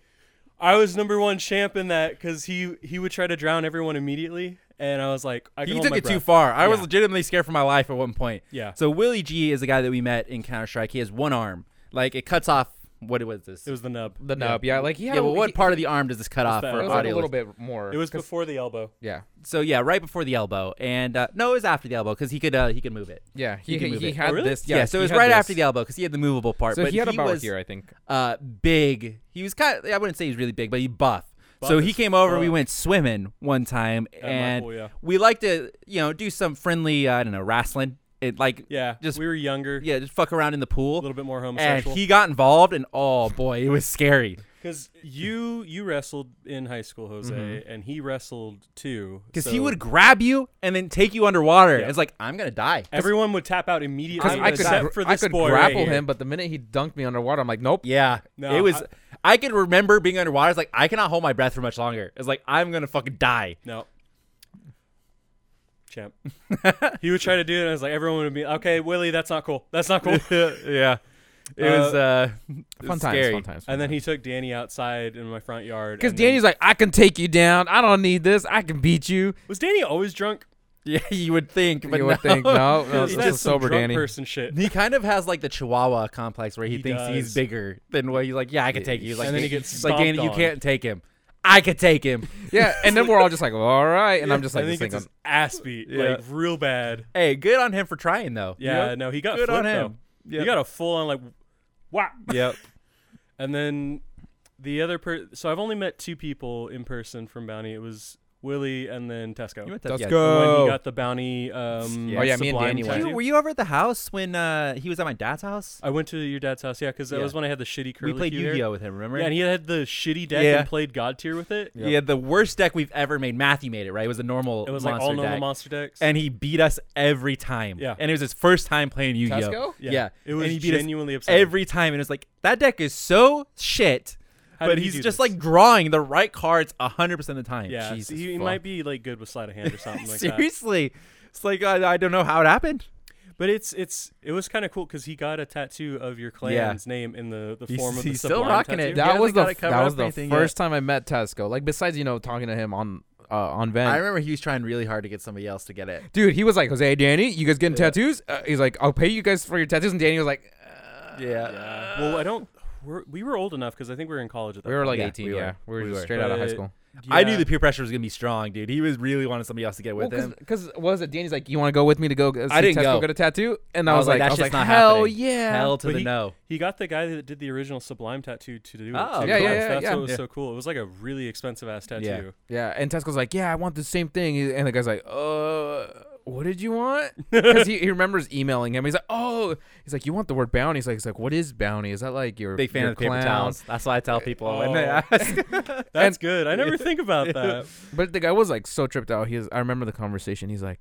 A: I was number one champ in that because he he would try to drown everyone immediately, and I was like, I can
C: He
A: hold
C: took
A: my
C: it too
A: breath.
C: far. I was
A: Yeah.
C: legitimately scared for my life at one point.
A: Yeah.
C: So Willie G is a guy that we met in Counter Strike. He has one arm. Like it cuts off. What was this?
A: It was the nub.
D: The nub, yeah, like he
C: yeah,
D: had.
C: but what
D: he-
C: part of the arm does this cut off
A: that?
C: for
D: It was like a
C: audio?
D: little bit more.
A: It was
D: 'cause-
A: before the elbow.
D: yeah,
C: So yeah, right before the elbow, and uh, no, it was after the elbow because he could uh, he could move it.
D: yeah. He
C: You can move
D: he
C: it.
D: had
A: Oh, really?
D: this.
C: Yeah. so it
D: he
C: was
D: had
C: right
D: this.
C: after the elbow because he had the movable part.
D: So
C: but
D: he had about
C: was,
D: here, I think.
C: uh, big. He was kind. Of, I wouldn't say he's really big, but he buff. so
A: Buff
C: he
A: as
C: came over. We
A: fuck.
C: went swimming one time,
A: my
C: and
A: pool, yeah.
C: we like to you know do some friendly uh, I don't know wrestling. It like
A: Yeah,
C: Just-
A: we were younger,
C: yeah just fuck around in the pool.
A: a little bit more
C: and
A: homosexual.
C: he got involved and oh boy it was scary
A: Because you you wrestled in high school, Jose, and he wrestled too.
C: because
A: so
C: Mm-hmm. he would grab you and then take you underwater
A: Yeah.
C: it's like i'm gonna die
A: Everyone would tap out immediately,
D: I could,
A: except
D: gr-
A: for
D: I
A: this
D: could
A: boy right
D: grapple
A: here.
D: him, but the minute he dunked me underwater, I'm like, nope.
C: yeah
A: No,
C: it was
A: I-
C: I, could remember being underwater it's like i cannot hold my breath for much longer it's like i'm gonna fucking die
A: No. Champ. he would try to do it, and I was like, everyone would be, okay, Willie, that's not cool. That's not cool.
C: yeah it
A: Uh,
C: was uh it
D: Fun
C: was
D: times,
C: scary.
D: fun times.
A: and then he took Danny outside in my front yard.
D: because
A: and then-
D: Danny's like, I can take you down. I don't need this. I can beat you.
A: Was Danny always drunk?
C: Yeah, you would think, but
D: you would
C: no.
D: think, no, no,
A: That's
D: this
A: some
D: is sober,
A: drunk
D: Danny.
A: person shit.
C: He kind of has like the Chihuahua complex where he,
A: He
C: thinks he's
A: does.
C: bigger than what he's like. Yeah, I could take you. He's like,
A: And then he gets
C: like Danny,
A: stomped
C: you
A: on.
C: can't take him. I could take him.
D: Yeah, and then we're all just like, all right, and I'm just like,
A: I
D: this
A: think
D: thing
A: it's
D: on,
A: his ass beat,
C: Yeah.
A: like real bad.
C: hey, good on him for trying though.
A: Yeah,
C: Yep.
A: no, he got
C: Good on
A: flipped, though.
C: him. Yep.
A: He got a full on like, whap.
C: Yep.
A: And then the other per so I've only met two people in person from Bounty. It was Willie and then Tesco.
C: You went to-
D: let's
C: yeah,
A: When
D: go.
A: he got the Bounty um
C: Yeah. Oh,
D: yeah, me and
A: sublime
D: Danny went.
C: Did
A: tattoo.
C: you- were you ever at the house when uh, he was at my dad's house?
A: I went to your dad's house, yeah, because that
C: Yeah.
A: was when I had the shitty curly
C: We played
A: Q hair.
C: Yu-Gi-Oh with him. Remember?
A: Yeah, and he had the shitty deck
C: Yeah.
A: and played God tier with it.
C: Yeah, the worst deck we've ever made. Matthew made it, right? It was a normal.
A: It was like
C: monster
A: all normal
C: deck.
A: monster decks.
C: And he beat us every time.
A: Yeah.
C: And it was his first time playing Yu-Gi-Oh.
D: Tesco?
C: Yeah.
A: It was
C: and he beat us
A: genuinely upsetting.
C: every time, and it's like that deck is so shit.
A: How
C: but
A: did he
C: he's
A: do
C: just
A: this?
C: like drawing the right cards hundred percent of the time.
A: yeah,
C: Jesus
A: he, he
C: fuck.
A: might be like good with sleight of hand or something like that.
C: Seriously, it's like I, I don't know how it happened.
A: But it's it's it was kind of cool because he got a tattoo of your clan's name in the the
C: He's-
A: form of
C: he's
A: the
C: still
A: sublime
C: rocking
A: tattoo.
C: it.
D: that
C: hasn't
D: was
C: got
D: the
C: it covered
D: that
C: up
D: was
C: or
D: the
C: anything
D: first time I met Tesco. Like besides you know talking to him on uh, on Vent.
C: I remember he was trying really hard to get somebody else to get it.
D: Dude, he was like, Jose, Danny, you guys getting tattoos? Uh, he's like, I'll pay you guys for your tattoos. And Danny was like, uh,
A: Yeah. Well, I don't. We're, we were old enough because I think we were in college at that.
D: We were like
C: Yeah,
D: 18,
C: we
D: yeah.
C: were.
D: We were
C: We
D: just
C: were.
D: straight out of high
A: But-
D: school.
A: point.
C: I knew
A: Yeah.
C: the peer pressure was gonna be strong, dude. He was really wanting somebody else to get it with him.
D: Because was it Danny's like, you want to go with me to go uh, see
C: I didn't
D: Tesco
C: go.
D: get a tattoo? And I, was like, I
C: "That
D: was
C: shit's
D: like
C: not
D: hell
C: happening.
D: yeah.
C: Hell to
A: But
C: the
A: he-
C: no.
A: He got the guy that did the original Sublime tattoo to do it.
C: Oh,
A: too.
C: Yeah,
A: That's-
C: yeah,
D: yeah,
A: That's
D: yeah.
A: what was
C: Yeah.
A: so cool. It was like a really expensive ass tattoo.
C: Yeah.
D: Yeah, and Tesco's like, yeah, I want the same thing, and the guy's like, uh, what did you want? Because he, he remembers emailing him. He's like, oh, he's like, you want the word bounty? He's like, he's like, what is bounty? Is that like your
C: Big fan
D: your
C: of the paper
D: clown?"
C: towels. That's what I tell people when they
A: Oh.
C: ask.
A: That's good. I never think about that.
D: But the guy was like so tripped out. He was, I remember the conversation. He's like,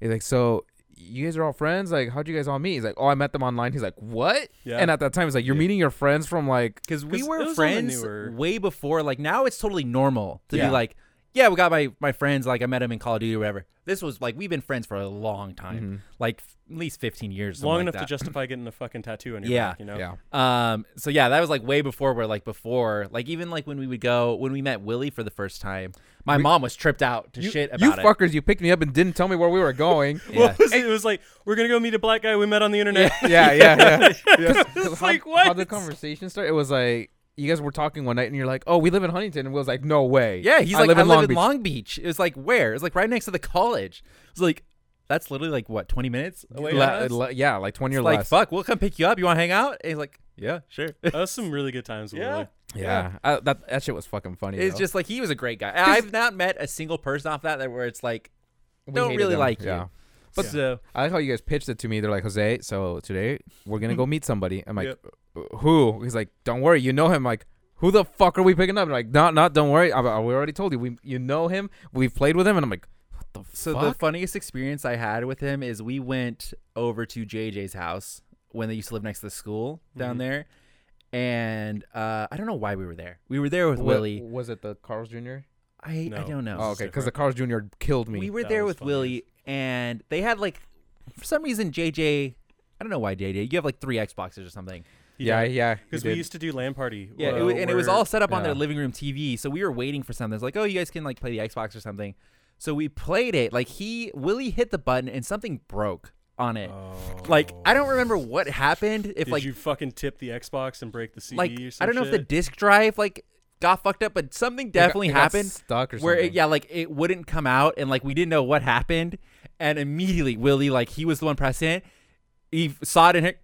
D: he's like, so you guys are all friends? Like, how'd you guys all meet? He's like, oh, I met them online. He's like, what?
A: Yeah.
D: And at that time, he's like, you're meeting your friends from like,
C: Because we
A: 'Cause it was on
C: were
A: the
C: friends
A: newer-
C: way before. Like now, it's totally normal to
D: Yeah.
C: be like, yeah, we got my my friends. Like I met him in Call of Duty or whatever. This was like we've been friends for a long time, like f- at least fifteen years. something
A: Mm-hmm. Long
C: like
A: enough to
C: that.
A: justify getting a fucking tattoo on your
C: Yeah.
A: back. You know.
D: yeah,
C: Um. So yeah, that was like way before. Where like before, like even like when we would go when we met Willie for the first time, my mom was tripped out to shit
D: you
C: about it.
D: fuckers, you picked me up and didn't tell me where we were going.
C: Yeah.
A: What was it? It was like we're gonna go meet a black guy we met on the internet.
D: yeah, yeah, yeah.
A: It's
D: how,
A: like, what?
D: How the conversation started? It was like you guys were talking one night, and you're like, "Oh, we live in Huntington." And we was like, "No way."
C: Yeah, he's
D: I
C: like
D: live
C: I
D: in
C: live
D: Long
C: in
D: Beach.
C: Long Beach. It was like where? It was like right next to the college. It was like that's literally like what twenty minutes away. from
D: Le-
C: us?
D: le- yeah, like twenty or
C: like
D: less.
C: fuck, we'll come pick you up. You want to hang out? And he's like, yeah, sure.
A: That was some really good times. with
C: Yeah.
A: Willie.
D: Yeah, I, that that shit was fucking funny.
C: It's
D: though.
C: just like he was a great guy. And I've not met a single person off that that where it's like
D: We
C: don't
D: hated
C: really
D: them.
C: like you.
D: Yeah.
C: But so
D: I like how you guys pitched it to me. They're like, Jose, so today we're gonna go meet somebody. I'm like,
C: Yep.
D: "Uh, who? He's like, don't worry, you know him. I'm like, who the fuck are we picking up? They're like, not, not, don't worry. I, I- we already told you. We, you know him. We've played with him, and I'm like, what the
C: so
D: fuck?
C: the funniest experience I had with him is we went over to JJ's house when they used to live next to the school down there, and uh, I don't know why we were there. We were there with
D: Wa-
C: Willie.
D: was it the Carl's Jr.?
C: I I
A: No.
C: don't know.
D: Oh,
A: is
D: okay,
A: different.
D: because the Carl's Jr. killed me.
C: We were
A: That
C: there
A: was
C: with
A: funny.
C: Willie, and they had like, for some reason, JJ. I don't know why JJ. You have like three Xboxes or something.
A: He
D: yeah,
A: did.
D: yeah. he
A: Because we
D: did.
A: used to do LAN party.
C: Yeah, it
A: uh,
C: wa- and it was
A: where-
C: all set up on their
D: yeah.
C: living room TV. So we were waiting for something. It's like, oh, you guys can like play the Xbox or something. So we played it. Like he Willie hit the button and something broke on it. Like I don't remember what happened. If
A: Oh. Did
C: like
A: you fucking tip the Xbox and break the CD
C: like
A: or some
C: I don't know if the
A: shit?
C: disk drive like got fucked up, but something definitely
D: it got
C: happened.
D: stuck or
C: where it,
D: something.
C: yeah, like it wouldn't come out, and like we didn't know what happened, and immediately Willie like he was the one pressing it. He saw it and hit.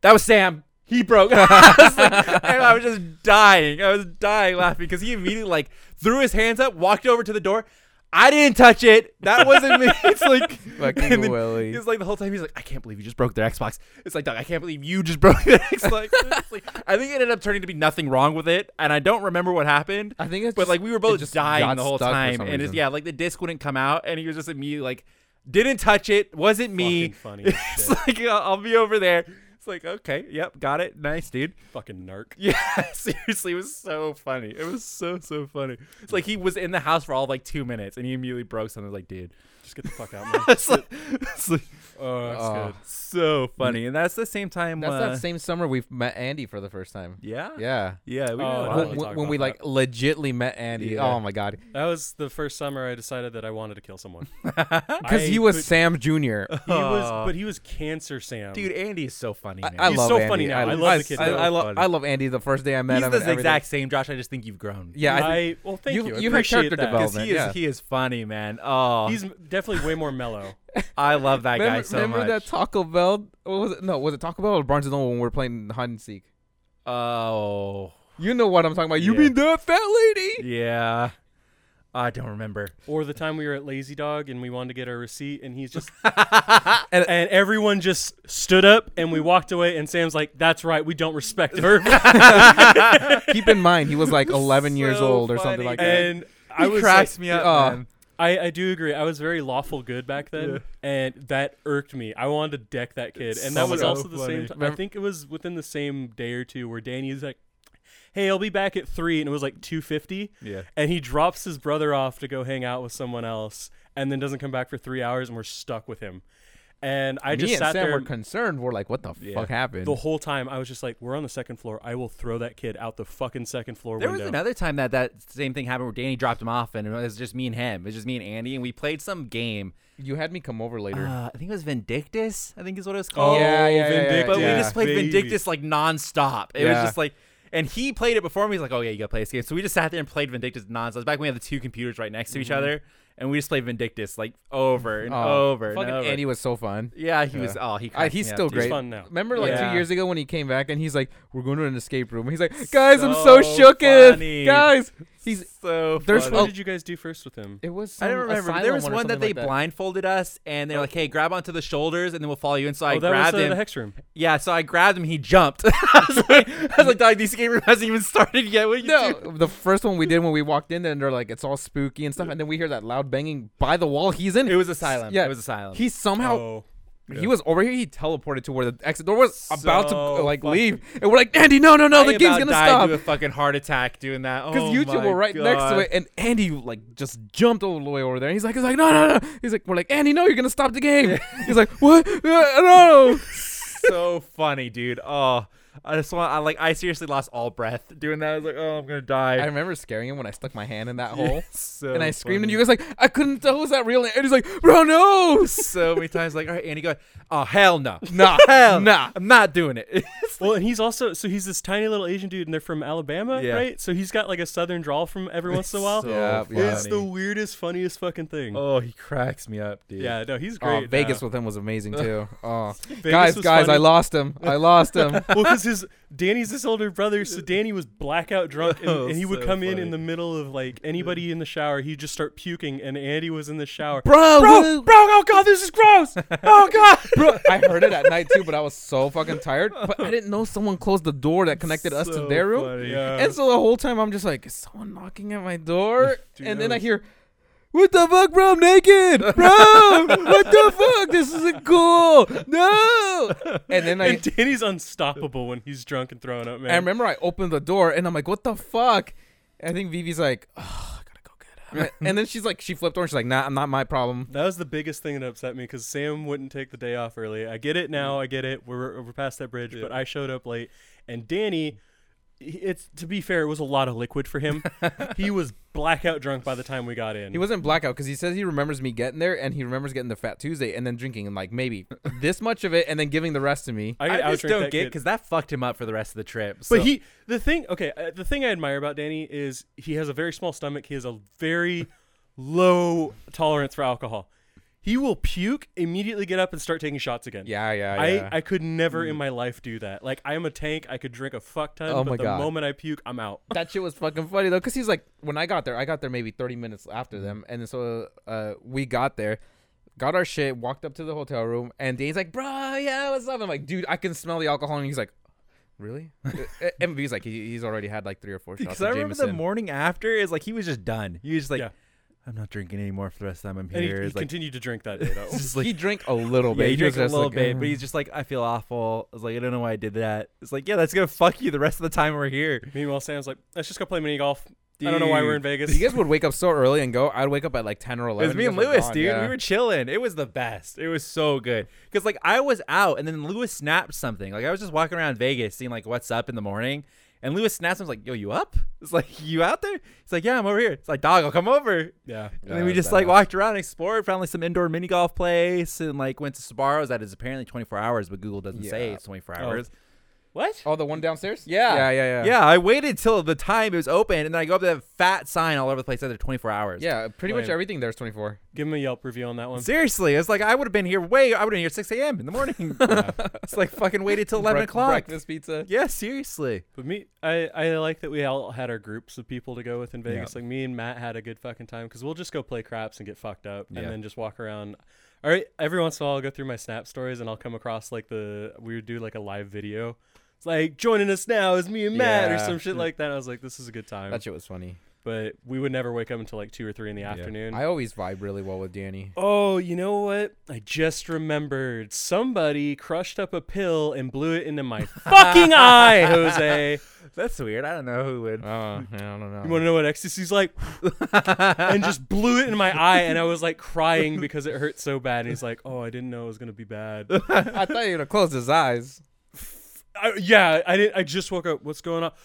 C: That was Sam. He broke. I was like- and I was just dying. I was dying laughing because he immediately like threw his hands up, walked over to the door. I didn't touch it. That wasn't me. It's like
D: Fucking
C: and then
D: Willie.
C: It's like the whole time he's like, I can't believe you just broke their Xbox. It's like, dog, I can't believe you just broke their Xbox. It's like, I think it ended up turning to be nothing wrong with it, and I don't remember what happened.
D: I think it's
C: but
D: just-
C: like we were
D: it
C: both
D: just
C: dying
D: got
C: the whole
D: stuck for
C: time,
D: some
C: and it's,
D: reason.
C: yeah, like the disc wouldn't come out, and he was just immediately like, didn't touch it, wasn't me.
A: Fucking funny as
C: E it's
A: shit.
C: like I'll, I'll be over there. It's like, okay, yep, got it. Nice, dude.
A: Fucking narc.
C: Yeah, seriously, it was so funny. It was so so funny. It's like he was in the house for all of like two minutes, and he immediately broke something. Like, dude,
A: Just get the fuck out, man.
C: it's like, it's like
A: Oh, that's
D: Oh.
A: good.
C: so funny. And that's the same time.
D: That's
C: uh,
D: that same summer we met Andy for the first time.
C: yeah,
D: Yeah.
C: yeah.
A: Oh,
C: We did.
A: wow.
D: When-
A: we
D: when
A: talked
D: when we
A: about
D: like legitly met Andy.
C: Yeah.
D: Oh my god.
A: That was the first summer I decided that I wanted to kill someone.
D: Because he was Sam Jr.
A: He was,
C: Aw.
A: but he was cancer Sam.
C: dude, Andy is so funny. Man.
D: I
A: He's
D: love
A: so
D: Andy.
A: funny now. I love the kid
D: I,
A: now.
D: I, lo-
C: Funny.
D: I love Andy. The first day I met
C: He's
D: him,
C: the
D: and everything.
C: exact same Josh. I just think you've grown.
D: Yeah, I,
A: I, well, thank
D: You-
A: you. I
D: you had
A: appreciate
D: character
A: that.
C: because he is
D: yeah.
C: he is funny, man. Oh,
A: He's definitely way more mellow.
C: I love that
D: remember,
C: guy so
D: remember
C: much.
D: that Taco Bell? What was it? No, was it Taco Bell or Barnes and Noble when we were playing hide and seek?
C: oh,
D: You know what I'm talking about. You
C: Yeah.
D: mean that fat lady?
C: yeah. I don't remember.
A: Or the time we were at Lazy Dog and we wanted to get our receipt, and he's just and, and everyone just stood up and we walked away, and Sam's like, "That's right, we don't respect her."
D: Keep in mind, he was like 11 years
C: So
D: old or something
C: funny.
D: like that.
A: and I
C: He
A: was
C: cracks
A: like,
C: me up,
D: uh,
C: man.
A: I, I do agree. I was very lawful good back then, and that irked me. I wanted to deck that kid, and that was
C: so
A: also the
C: funny.
A: same. T- I
D: Remember-
A: think it was within the same day or two where Danny's like, "Hey, I'll be back at 3, and it was like two fifty.
C: Yeah.
A: and he drops his brother off to go hang out with someone else, and then doesn't come back for three hours, and we're stuck with him. And I
D: Me
A: just
D: and
A: sat
D: Sam
A: there
D: were concerned. We're like, what the
C: Yeah.
D: fuck happened?
A: the whole time. I was just like, "We're on the second floor. I will throw that kid out the fucking second floor
C: There was
A: window."
C: another time that that same thing happened where Danny dropped him off, and it was just me and him. It was just me and Andy, and we played some game.
D: you had me come over later.
C: Uh, I think it was Vindictus. I think is what it was
A: oh,
C: called.
D: Yeah, yeah, yeah, yeah,
A: vindictive,
C: But
D: yeah.
C: we just played
A: baby.
C: Vindictus like nonstop. It
D: Yeah.
C: was just like, and he played it before me. He's like, "Oh yeah, you gotta play this game." So we just sat there and played Vindictus nonstop. Back when we had the two computers right next to each other, and we just played Vindictus like over and
D: Oh,
C: over and
D: fucking
C: over.
D: Andy was so fun.
C: yeah, he was. Oh, he.
D: Uh,
C: cracks
D: he's
C: me up,
D: still
C: dude.
D: great.
A: fun now.
D: Remember, like
C: Yeah.
D: two years ago when he came back and he's like, "We're going to an escape room." He's like, "Guys, I'm so shooketh.
C: funny.
D: Guys, he's
C: So
D: There's
C: funny.
A: What
D: Oh.
A: did you guys do first with him?
D: it was. Some
C: Oh, I don't remember. but
D: asylum
C: There was
D: or
C: one that
D: something
C: they
D: like
C: blindfolded us, and they're like, "Hey, grab onto the shoulders, and then we'll follow you." And so I
A: oh, that
C: grabbed
A: was uh,
C: him.
A: the hex room.
C: yeah, so I grabbed him. He jumped. I was like, "I was like, dog, this game room hasn't even started yet. What are you doing?"
D: No, the first one we did when we walked in there, and they're like, "It's all spooky and stuff," and then we hear that loud banging by the wall he's in.
C: It was asylum.
D: Yeah,
C: it was asylum.
D: He somehow
A: oh,
D: he was over here. He teleported to where the exit door was about to
C: So
D: like
C: fucking-
D: leave, and we're like, "Andy, no, no, no,
C: I
D: the game's
C: about
D: gonna
C: died
D: stop."
C: To a fucking heart attack doing that.
D: Because
C: oh
D: you two
C: my
D: were right next to
C: God.
D: it, and Andy like just jumped all the way over there. And he's like, he's like, no, no, no. He's like, we're like, Andy, no, you're gonna stop the game. he's like, what? Uh, no.
C: so funny, dude. Oh, I just want. I like. I seriously lost all breath doing that. I was like, oh, I'm gonna die.
D: I remember scaring him when I stuck my hand in that hole,
C: so
D: and I screamed, and
C: funny.
D: you guys like, I couldn't tell was that real. And he's like, bro, no.
C: so many times. Like, all right, Andy, go. Oh, hell no,
D: Nah,
C: hell
D: nah.
C: I'm not doing it.
A: Well, and he's also so he's this tiny little Asian dude, and they're from Alabama,
C: Yeah.
A: right? So he's got like a southern drawl from every once in a while.
C: So
D: Yeah, yeah.
A: It's the weirdest, funniest fucking thing.
C: Oh, he cracks me up, dude.
A: Mm. yeah, no, he's
D: Oh,
A: great.
D: Vegas
A: now.
D: with him was amazing too. Oh,
A: Vegas
D: guys,
A: was
D: guys, I
A: funny.
D: lost him. I lost him.
A: well, because his Danny's his older brother, so Danny was blackout drunk, and,
C: Oh,
A: and he would
C: so
A: come in
C: funny.
A: in the middle of like anybody in the shower, he'd just start puking, and Andy was in the shower.
D: Bro,
C: Bro, bro, oh god, this is gross. Oh god.
D: Bro, I heard it at night too, but I was so fucking tired. But I didn't know someone closed the door that connected us to
C: So
D: their room.
C: funny.
A: Yeah.
D: And so the whole time I'm just like, is someone knocking at my door?
C: Dude,
D: and
C: that
D: then I
C: was-
D: hear, what the fuck, bro? I'm naked, bro. what the fuck? This isn't cool. No. And then I,
A: And Danny's unstoppable when he's drunk and throwing up, man.
D: I remember I opened the door and I'm like, what the fuck? I think Vivi's like, oh, I gotta go get him. and then she's like, she flipped over. She's like, nah, not my problem.
A: That was the biggest thing that upset me because Sam wouldn't take the day off early. I get it
C: Mm.
A: now. I get it. We're, we're past that bridge. But I showed up late, and Danny, he- it's to be fair, it was a lot of liquid for him. he was blackout drunk by the time we got in.
D: He wasn't blackout because he says he remembers me getting there and he remembers getting the Fat Tuesday and then drinking like maybe this much of it and then giving the rest to me.
A: I, could
C: I just
A: outdrink
C: don't
A: that
C: get
A: kid.
C: because that fucked him up for the rest of the trip.
A: But
C: so-
A: he, the thing, okay, uh, the thing I admire about Danny is he has a very small stomach. He has a very low tolerance for alcohol. He will puke, immediately get up and start taking shots again.
D: Yeah, yeah, yeah. Mm.
A: I, I could never in my life do that. Like I am a tank. I could drink a fuck ton,
D: Oh
A: but
D: my
A: the
D: God.
A: moment I puke, I'm out.
D: that shit was fucking funny though, because he's like, when I got there, I got there maybe 30 minutes after them, and so uh, we got there, got our shit, walked up to the hotel room, and Dane's like, "Bro, yeah, what's up?" I'm like, "Dude, I can smell the alcohol," and he's like, "Really?" and he's like, he, "He's already had like three or four shots."
C: because
D: of
C: I remember the
D: Jameson."
C: morning after is like he was just done. He was just like,
A: Yeah.
C: I'm not drinking anymore for the rest of the time I'm
A: And he,
C: here.
A: he
C: It's like,
A: continued to drink that day though.
C: it's just like
D: he drank a little bit.
C: yeah, he drank
D: was
C: a
D: just
C: little
D: like, "Mm."
C: bit, but
D: "Ugh."
C: he's just like, "Mm." I feel awful. I was like, I don't know why I did that. It's like, yeah, that's gonna fuck you the rest of the time we're here.
A: Meanwhile, Sam's like, let's just go play mini golf. I don't know why we're in
C: Dude.
A: Vegas.
D: you guys would wake up so early and go. I'd wake up at like ten or
C: It
D: eleven.
C: was me
D: You
C: and
D: guys are
C: Lewis,
D: gone,
C: dude.
D: yeah.
C: We were chilling. It was the best. It was so good. Cause like I was out, and then Lewis snapped something. Like I was just walking around Vegas, seeing like what's up in the morning, and Lewis snaps. something like, "Yo, you up?" It's like, "You out there?" It's like, "Yeah, I'm over here." It's like, "Dog, I'll come over."
A: yeah.
C: And then we
D: Yeah,
C: just
D: that
C: like
D: was-
C: walked around, and explored, found like some indoor mini golf place, and like went to Sbarro's. That is apparently 24 hours, but Google doesn't say
D: Yeah.
C: it's 24
A: Oh.
C: hours. What?
D: Oh, the one downstairs.
C: Yeah.
D: Yeah. Yeah. Yeah.
C: Yeah, I waited till the time it was open, and then I go up to that fat sign all over the place. That they're 24 hours.
D: Yeah. Pretty much
A: Lame.
D: everything there's twenty four.
A: Give him a Yelp review on that one.
C: Seriously, it's like I would have been here way. I would have been here 6 a.m. in the morning. it's like fucking waited till 11 o'clock.
D: Breakfast pizza.
C: Yeah, seriously.
A: But me, I, I like that we all had our groups of people to go with in Vegas. Like me and Matt had a good fucking time because we'll just go play craps and get fucked up
C: Yeah.
A: and then just walk around. All right, every once in a while I'll go through my snap stories and I'll come across like the we would do like a live video. It's like joining us now is me and Matt or
D: Yeah.
A: some shit like that. I was like, this is a good time.
D: That shit was funny.
A: but we would never wake up until like two or three in the afternoon.
D: I always vibe really well with Danny.
A: Oh, you know what? I just remembered. Somebody crushed up a pill and blew it into my fucking eye, Jose.
C: That's weird. I don't know who would.
D: Oh, yeah, I don't know.
A: You want to know what ecstasy's like? and just blew it in my eye, and I was like crying because it hurt so bad. And he's like, "Oh, I didn't know it was gonna be bad."
D: I thought you would have closed his eyes.
A: I, yeah, I didn't. I just woke up. What's going on?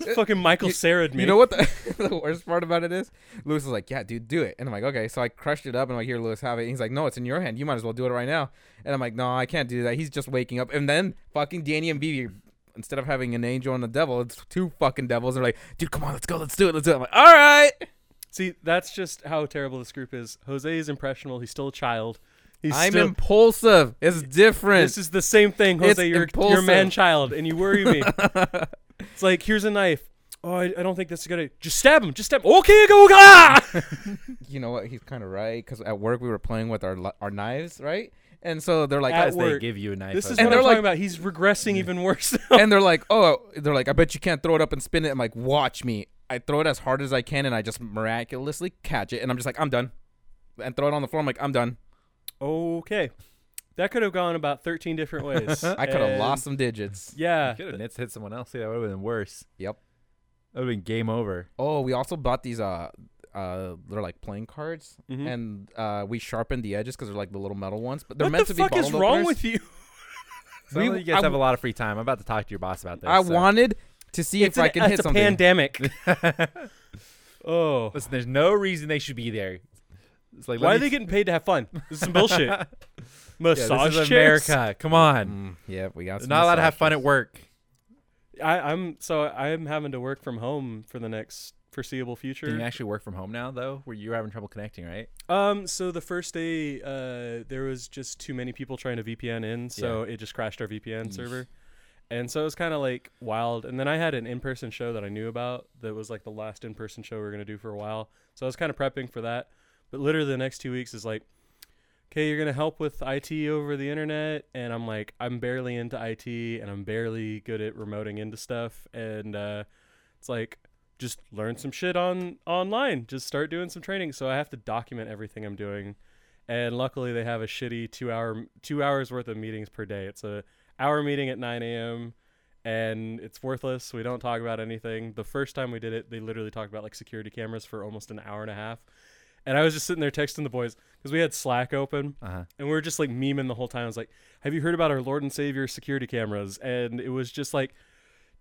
A: It's fucking Michael Sarah'd me.
D: You know what? The, the worst part about it is, Lewis is like, "Yeah, dude, do it." And I'm like, "Okay." So I crushed it up, and I'm like, "Here, Lewis, have it." And he's like, "No, it's in your hand. You might as well do it right now." And I'm like, "No, I can't do that. He's just waking up." And then fucking Danny and Vivi, instead of having an angel and a devil, it's two fucking devils. And they're like, "Dude, come on, let's go, let's do it, let's do it." I'm like, "All right."
A: See, that's just how terrible this group is. Jose is impressionable. He's still a child. He's
D: I'm
A: still.
D: impulsive. It's different.
A: this is the same thing, Jose.
D: It's
A: you're you're
D: impulsive.
A: man child, and you worry me. it's like here's a knife. Oh, I, I don't think that's a good idea. Just stab him. Just stab him. Okay, go go.
D: you know what? He's kind of right because at work we were playing with our li- our knives, right? And so they're like,
A: At
C: Guys, they
A: work.
C: give you a knife.
A: This is what
C: over
D: And
A: I'm
C: there.
D: they're
A: talking
D: like-
A: about. He's regressing even worse. now.
D: and they're like, oh, they're like, I bet you can't throw it up and spin it. I'm like, watch me. I throw it as hard as I can, and I just miraculously catch it, and I'm just like, I'm done, and throw it on the floor. I'm like, I'm done.
A: Okay. That could have gone about 13 different ways.
D: I could have lost some digits.
A: Yeah.
C: Could have nits hit someone else. Yeah, that would have been worse.
D: Yep.
C: That would have been game over.
D: Oh, we also bought these. Uh, uh, they're like playing cards,
A: Mhm.
D: and uh, we sharpened the edges because they're like the little metal ones, but they're
A: What
D: meant
A: the
D: to be.
A: fuck is
D: bottle
A: wrong
D: openers.
A: with you?
C: So
D: We-
C: you guys
D: I
C: have a
D: w-
C: lot of free time. I'm about to talk to your boss about this.
D: I
C: so.
D: wanted to see if I
A: an-
D: can
A: it's
D: hit
A: a
D: something.
A: pandemic. oh.
C: Listen, there's no reason they should be there. It's like
A: Why
C: let
A: are they
C: me-
A: getting paid to have fun? This is some bullshit.
C: Yeah,
A: Massage
C: this is
A: chairs?
C: America. Come on.
D: Mm, yeah, we got.
C: They're
D: some
C: not allowed to have
D: massages.
C: fun at work.
A: I, I'm so I'm having to work from home for the next foreseeable future.
C: Can you actually work from home now though? Where you're having trouble connecting, right?
A: Um, so the first day, uh, there was just too many people trying to VPN in, so it just crashed our VPN server, and so it was kind of like wild. And then I had an in-person show that I knew about that was like the last in-person show we were gonna do for a while, so I was kind of prepping for that. But literally the next two weeks is like, okay, you're gonna help with IT over the internet, and I'm like, I'm barely into IT, and I'm barely good at remoting into stuff, and uh, it's like just learn some shit on online just start doing some training so i have to document everything i'm doing and luckily they have a shitty two hour two hours worth of meetings per day it's a hour meeting at 9 a.m and it's worthless we don't talk about anything the first time we did it they literally talked about like security cameras for almost an hour and a half and i was just sitting there texting the boys because we had slack open
C: Uh-huh.
A: and we were just like memeing the whole time. I was like, "Have you heard about our Lord and Savior security cameras?" And it was just like,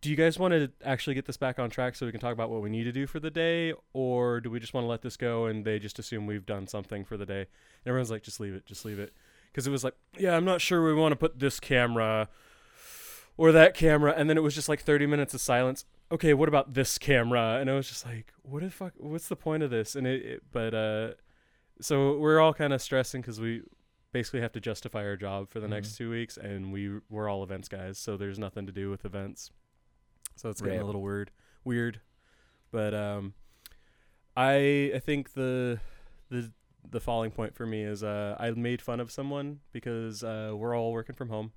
A: "Do you guys want to actually get this back on track so we can talk about what we need to do for the day, or do we just want to let this go?" And they just assume we've done something for the day. And everyone's like, "Just leave it, just leave it," because it was like, "Yeah, I'm not sure we want to put this camera or that camera," and then it was just like 30 minutes of silence. Okay, what about this camera? And I was just like, "What the fuck? What's the point of this?" And it, it but uh. So we're all kind of stressing because we basically have to justify our job for the next two weeks, and we we're all events guys, so there's nothing to do with events. So it's getting a
C: Right.
A: little weird, weird, but um, I I think the the the falling point for me is uh, I made fun of someone because uh, we're all working from home,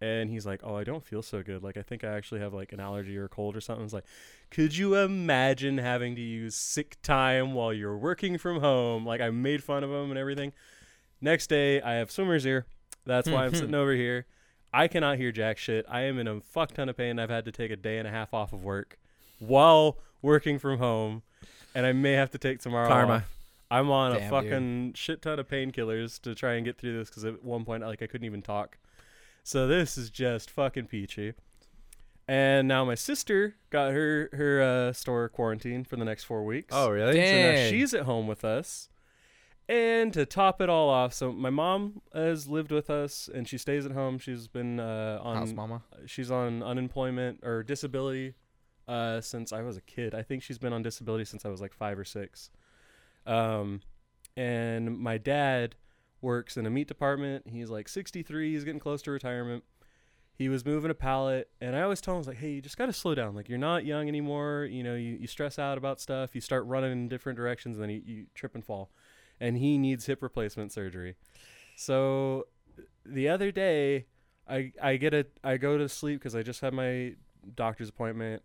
A: and he's like, "Oh, I don't feel so good. Like I think I actually have like an allergy or a cold or something." It's like, could you imagine having to use sick time while you're working from home? Like I made fun of him and everything. Next day, I have swimmer's ear. That's why I'm sitting over here. I cannot hear jack shit. I am in a fuck ton of pain. I've had to take a day and a half off of work while working from home, and I may have to take tomorrow.
C: Karma.
A: off. I'm on a
D: Damn,
A: fucking shit ton of painkillers to try and get through this because at one point, like, I couldn't even talk. So this is just fucking peachy. And now my sister got her her uh, store quarantined for the next four weeks.
C: Oh, really?
A: So now
D: Dang.
A: she's at home with us. And to top it all off, so my mom has lived with us and she stays at home. She's been uh, on
D: House mama.
A: she's on unemployment or disability uh, since I was a kid. I think she's been on disability since I was like five or six. Um, and my dad works in a meat department. He's like 63. He's getting close to retirement. He was moving a pallet, and I always tell him, I was like, hey, you just got to slow down. Like, you're not young anymore. You know, you, you stress out about stuff. You start running in different directions, and then you, you trip and fall. And he needs hip replacement surgery. So the other day, I I get a I go to sleep because I just had my doctor's appointment.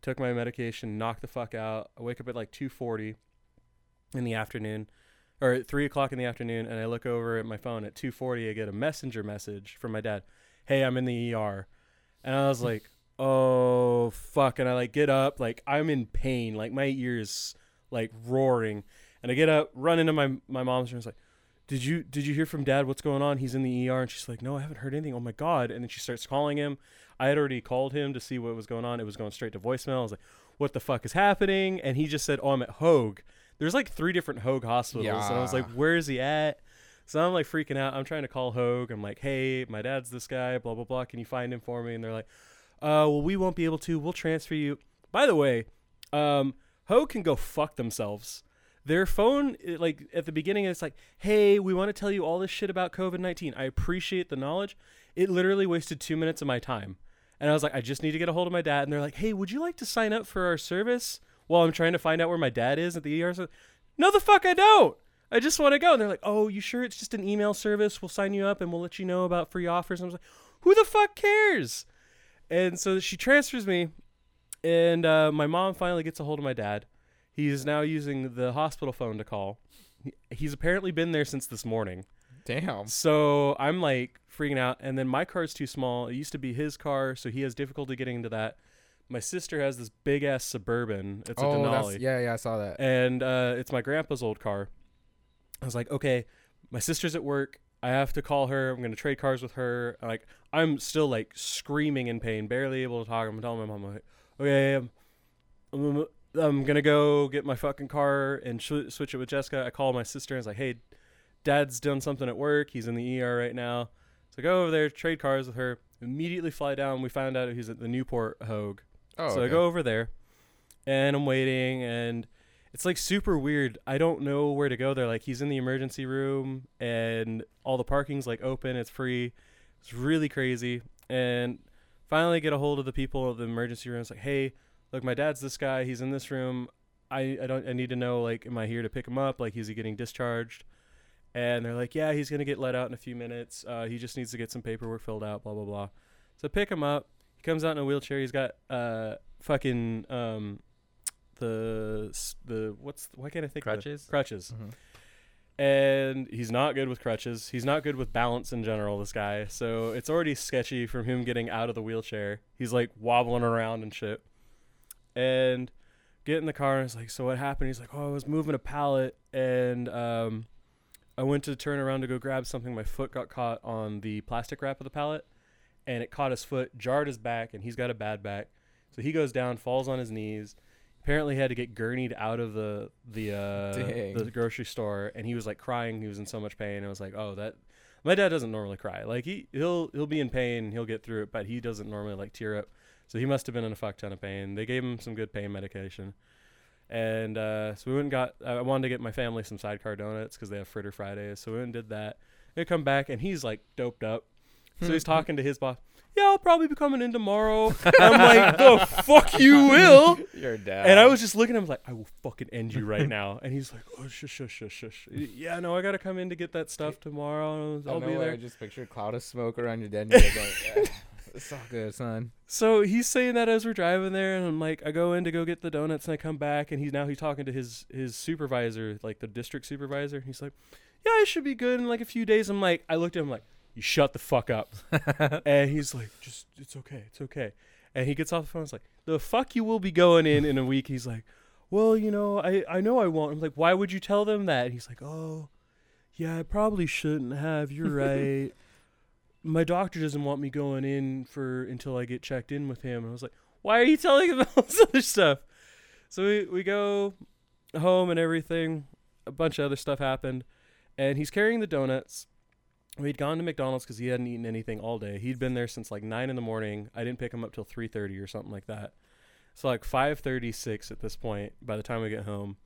A: Took my medication, knocked the fuck out. I wake up at like two forty in the afternoon, or at three o'clock in the afternoon, and I look over at my phone at two forty. I get a messenger message from my dad. Hey, I'm in the ER, and I was like, oh fuck, and I like get up, like I'm in pain, like my ears like roaring, and I get up, run into my my mom's room, it's like did you did you hear from dad what's going on he's in the er and she's like no i haven't heard anything oh my god and then she starts calling him i had already called him to see what was going on it was going straight to voicemail i was like what the fuck is happening and he just said oh i'm at hogue there's like three different hogue hospitals and i was
D: Yeah.
A: like where is he at so i'm like freaking out i'm trying to call hogue i'm like hey my dad's this guy blah blah blah can you find him for me and they're like uh well we won't be able to we'll transfer you by the way um, Ho can go fuck themselves. Their phone, it, like at the beginning, it's like, "Hey, we want to tell you all this shit about COVID nineteen. I appreciate the knowledge." It literally wasted two minutes of my time, and I was like, "I just need to get a hold of my dad." And they're like, "Hey, would you like to sign up for our service?" While I'm trying to find out where my dad is at the ER, so, no, the fuck, I don't. I just want to go. And they're like, "Oh, you sure it's just an email service? We'll sign you up and we'll let you know about free offers." And I was like, "Who the fuck cares?" And so she transfers me and uh, my mom finally gets a hold of my dad. He is now using the hospital phone to call. He- He's apparently been there since this morning.
D: Damn.
A: So I'm like freaking out. And then my car's too small. It used to be his car, so he has difficulty getting into that. My sister has this big ass suburban. It's a
D: oh,
A: Denali
D: that's, yeah, yeah, I saw that.
A: and uh, it's my grandpa's old car. I was like, okay, my sister's at work. I have to call her. I'm gonna trade cars with her. Like I'm still like screaming in pain, barely able to talk. I'm telling my mom I'm like, okay, I'm, I'm, I'm gonna go get my fucking car and sh- switch it with Jessica. I call my sister and it's like, hey, dad's done something at work. He's in the ER right now. So I go over there, trade cars with her. Immediately fly down. We found out he's at the Newport Hogue
D: Oh,
A: so I
D: okay.
A: go over there, and I'm waiting, and it's like super weird. I don't know where to go. They're like, he's in the emergency room, and all the parking's like open. It's free. It's really crazy. And finally, get a hold of the people of the emergency room. It's like, hey, look, my dad's this guy. He's in this room. I, I don't I need to know like am I here to pick him up like is he getting discharged and they're like yeah he's gonna get let out in a few minutes uh, he just needs to get some paperwork filled out blah blah blah so pick him up he comes out in a wheelchair. He's got uh fucking um the s- the what's why can't I think of the-
C: Crutches?
A: crutches.
D: Mhm.
A: And he's not good with crutches. He's not good with balance in general. This guy, so it's already sketchy from him getting out of the wheelchair. He's like wobbling around and shit. And get in the car and it's like, so what happened? He's like, oh, I was moving a pallet and um, I went to turn around to go grab something. My foot got caught on the plastic wrap of the pallet and it caught his foot, jarred his back, and he's got a bad back. So he goes down, falls on his knees. Apparently, he had to get gurneyed out of the the
D: Dang.
A: uh, the grocery store, and he was like crying. He was in so much pain. I was like, oh, that. My dad doesn't normally cry. Like he he'll he'll be in pain, he'll get through it, but he doesn't normally like tear up. So he must have been in a fuck ton of pain. They gave him some good pain medication. And uh, so we went and got, I wanted to get my family some sidecar donuts because they have Fritter Fridays. So we went and did that. They come back and he's like doped up. So he's talking to his boss. Yeah, I'll probably be coming in tomorrow. I'm like, the fuck you will.
D: Your dad.
A: And I was just looking at him like, I will fucking end you right now. And he's like, oh, shush, shush, shush, shush. Yeah, no, I got to come in to get that stuff
D: Oh,
A: tomorrow. I'll be there.
D: I just picture a cloud of smoke around your dead. And you're like, "Oh, yeah, it's all good, son.
A: So he's saying that as we're driving there, and I'm like, I go in to go get the donuts, and I come back, and he's now he's talking to his his supervisor, like the district supervisor. He's like, "Yeah, it should be good in like a few days." I'm like, I looked at him like, "You shut the fuck up," and he's like, "Just it's okay, it's okay." And he gets off the phone. It's like, "The fuck you will be going in in a week." He's like, "Well, you know, I I know I won't." I'm like, "Why would you tell them that?" And he's like, "Oh, yeah, I probably shouldn't have. You're right." my doctor doesn't want me going in for until I get checked in with him. And I was like, why are you telling him all this other stuff? So we, we go home and everything. A bunch of other stuff happened. And he's carrying the donuts. We'd gone to McDonald's because he hadn't eaten anything all day. He'd been there since like nine in the morning. I didn't pick him up till three thirty or something like that. So like five thirty six at this point. By the time we get home,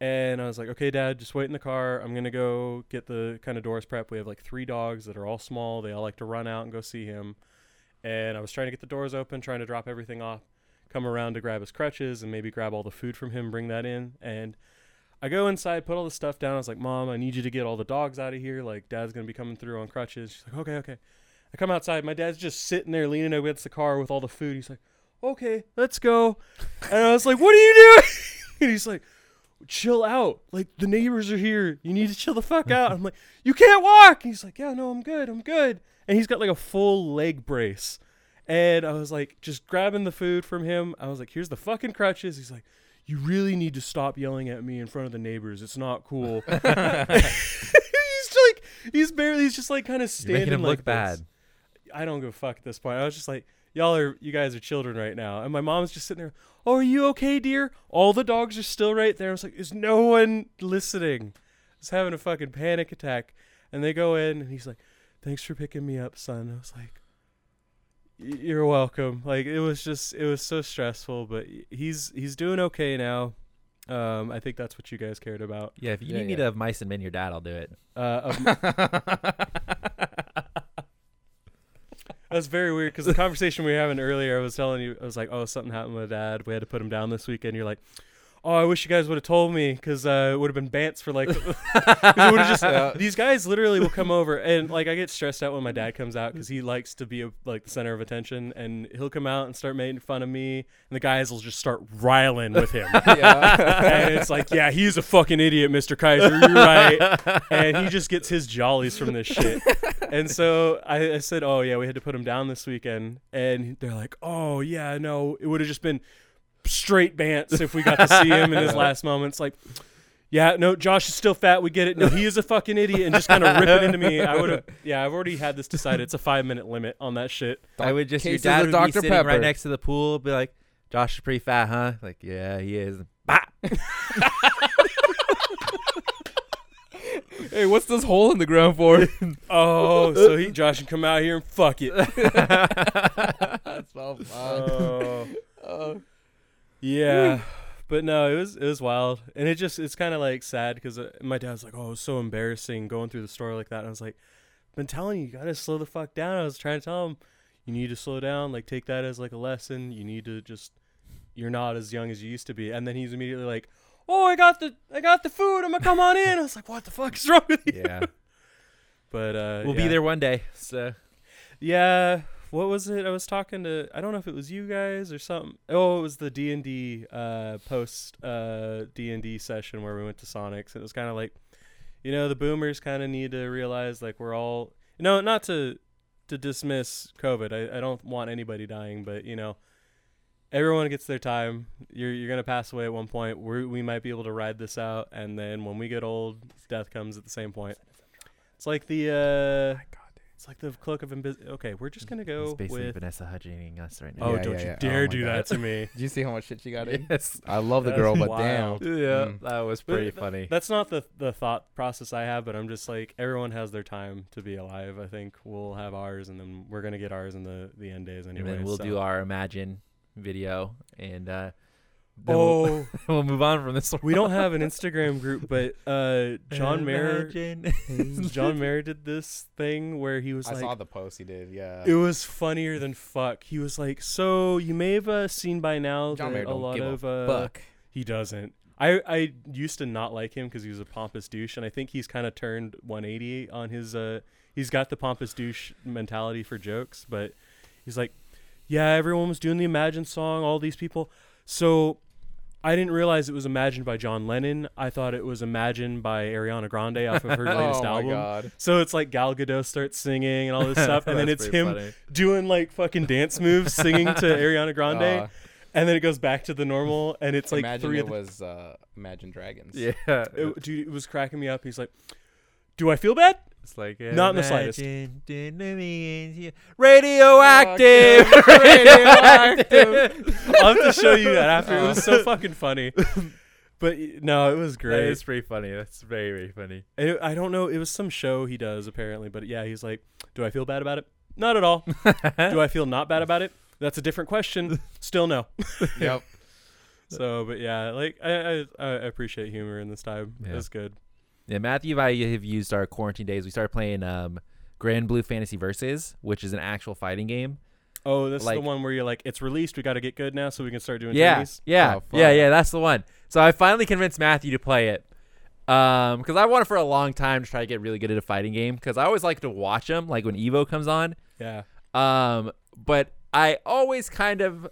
A: and I was like, okay, dad, just wait in the car. I'm going to go get the kind of doors prep. We have like three dogs that are all small. They all like to run out and go see him. And I was trying to get the doors open, trying to drop everything off, come around to grab his crutches and maybe grab all the food from him, bring that in. And I go inside, put all the stuff down. I was like, mom, I need you to get all the dogs out of here. Like, dad's going to be coming through on crutches. She's like, okay, okay. I come outside. My dad's just sitting there leaning against the car with all the food. He's like, okay, let's go. And I was like, what are you doing? and he's like, chill out. Like the neighbors are here. You need to chill the fuck out. I'm like, you can't walk. He's like, yeah, no, I'm good. I'm good. And he's got like a full leg brace. And I was like, just grabbing the food from him. I was like, here's the fucking crutches. He's like, you really need to stop yelling at me in front of the neighbors. It's not cool. he's like, he's barely, he's just like kind of
C: You're
A: standing
C: making him
A: like
C: look bad.
A: this. I don't give a fuck at this point. I was just like, y'all are, you guys are children right now. And my mom's just sitting there, oh, are you okay, dear? All the dogs are still right there. I was like, is no one listening? I was having a fucking panic attack. And they go in, and he's like, thanks for picking me up, son. I was like, "Y- you're welcome. Like it was just, it was so stressful, but he's he's doing okay now. Um, I think that's what you guys cared about.
C: Yeah, if you
D: Yeah,
C: need me
D: yeah.
C: to have mice and men your dad, I'll do it.
A: Uh, of- That's very weird because the conversation we were having earlier, I was telling you, I was like, oh, something happened with dad. We had to put him down this weekend. You're like, oh, I wish you guys would have told me because uh, it would have been bants for like. 'cause it would've just-
D: Yeah.
A: These guys literally will come over and like I get stressed out when my dad comes out because he likes to be a, like the center of attention and he'll come out and start making fun of me and the guys will just start riling with him. and it's like, yeah, he's a fucking idiot, Mr. Kaiser. You're right. and he just gets his jollies from this shit. And so I, I said, oh, yeah, we had to put him down this weekend. And they're like, oh, yeah, no, it would have just been straight bants if we got to see him in his last moments. Like, yeah, no, Josh is still fat. We get it. No, he is a fucking idiot. And just kind of ripping into me. I would have, yeah, I've already had this decided. It's a five minute limit on that shit.
C: I would just your
D: Cases
C: dad
D: of
C: would be
D: Dr.
C: sitting
D: Pepper.
C: right next to the pool, be like, "Josh is pretty fat, huh?" Like, yeah, he is. Bah.
D: Hey, what's this hole in the ground for?
A: Oh, so he, Josh can come out here and fuck it.
D: That's all fun.
A: Oh.
D: Oh.
A: Yeah, but no, it was it was wild, and it just it's kind of like sad because my dad's like, "Oh, it was so embarrassing going through the store like that." And I was like, "Been telling you, you gotta slow the fuck down." I was trying to tell him, "You need to slow down. Like, take that as like a lesson. You need to just, you're not as young as you used to be." And then he's immediately like, "Oh, I got the I got the food. I'm gonna come on in." I was like, "What the fuck is wrong with you?"
C: yeah,
A: But uh,
C: we'll
A: yeah.
C: be there one day. So
A: Yeah, what was it? I was talking to I don't know if it was you guys or something. Oh, it was the D and D uh, post uh, D and D session where we went to Sonics. It was kind of like, you know, the boomers kind of need to realize like we're all no, not to to dismiss COVID. I, I don't want anybody dying, but you know, everyone gets their time. You're you're gonna pass away at one point. We we might be able to ride this out, and then when we get old, death comes at the same point. It's like the. Uh, it's like the cloak of invisibility. Okay, we're just gonna go
C: it's basically
A: with.
C: Vanessa Hudgening us right now.
A: Oh,
D: Yeah,
A: don't
D: yeah,
A: you
D: yeah. Oh
A: dare
D: my
A: do
D: God.
A: that to me.
D: Did you see how much shit she got in?
C: yes.
D: I love the
A: That's
D: girl, but
A: wild.
D: damn.
C: Yeah,
D: Mm.
C: that was
A: But
C: pretty
A: th-
C: funny.
A: That's not the the thought process I have, but I'm just like everyone has their time to be alive. I think we'll have ours, and then we're gonna get ours in the the end days anyway.
C: and then we'll
A: so.
C: do our Imagine video, and uh, Then we'll,
A: Oh,
C: we'll move on from this one.
A: we don't have an Instagram group, but uh, John Mayer,
C: Imagine.
A: John Mayer did this thing where he was
B: I
A: like,
B: saw the post he did. Yeah.
A: It was funnier than fuck. He was like, "So you may have uh, seen by now
D: John Mayer
A: that a
D: don't
A: lot
D: give a
A: of uh,
D: Fuck.
A: he doesn't." I I used to not like him because he was a pompous douche, and I think he's kind of turned 180 on his. Uh, he's got the pompous douche mentality for jokes, but he's like, "Yeah, everyone was doing the Imagine song. All these people, so." I didn't realize it was imagined by John Lennon. I thought it was imagined by Ariana Grande off of her latest
B: oh
A: album.
B: my god.
A: So it's like Gal Gadot starts singing and all this stuff, and then
C: That's
A: it's
C: pretty
A: him
C: funny.
A: doing like fucking dance moves, singing to Ariana Grande,
B: Uh,
A: and then it goes back to the normal, and it's like
B: imagine
A: three.
B: it
A: of the,
B: was uh, Imagine Dragons.
C: Yeah.
A: it, dude, it was cracking me up. He's like, "Do I feel bad?"
C: It's like
A: Not in the slightest.
C: imagine doing- Radioactive. Radioactive.
A: I'll have to show you that after. It was so fucking funny. But y- no, it was
C: Uh-huh. That
A: great.
C: is pretty funny. That's very very funny.
A: And it- I don't know. It was some show he does apparently, but yeah, he's like, "Do I feel bad about it?" Not at all. Do I feel not bad about it? That's a different question. Still no.
B: Yep.
A: So, but yeah, like I I, I appreciate humor in this time.
C: Yeah.
A: It was good.
C: Yeah, Matthew and I have used our quarantine days. We started playing um, Grand Blue Fantasy Versus, which is an actual fighting game.
A: Oh, this is
C: Like-
A: the one where you're like, it's released. We got to get good now, so we can start doing
C: yeah,
A: tourneys.
C: yeah,
B: Oh,
C: yeah,
B: fun.
C: yeah. That's the one. So I finally convinced Matthew to play it, um, because I wanted for a long time to try to get really good at a fighting game. Because I always like to watch them, like when Evo comes on.
A: Yeah.
C: Um, but I always kind of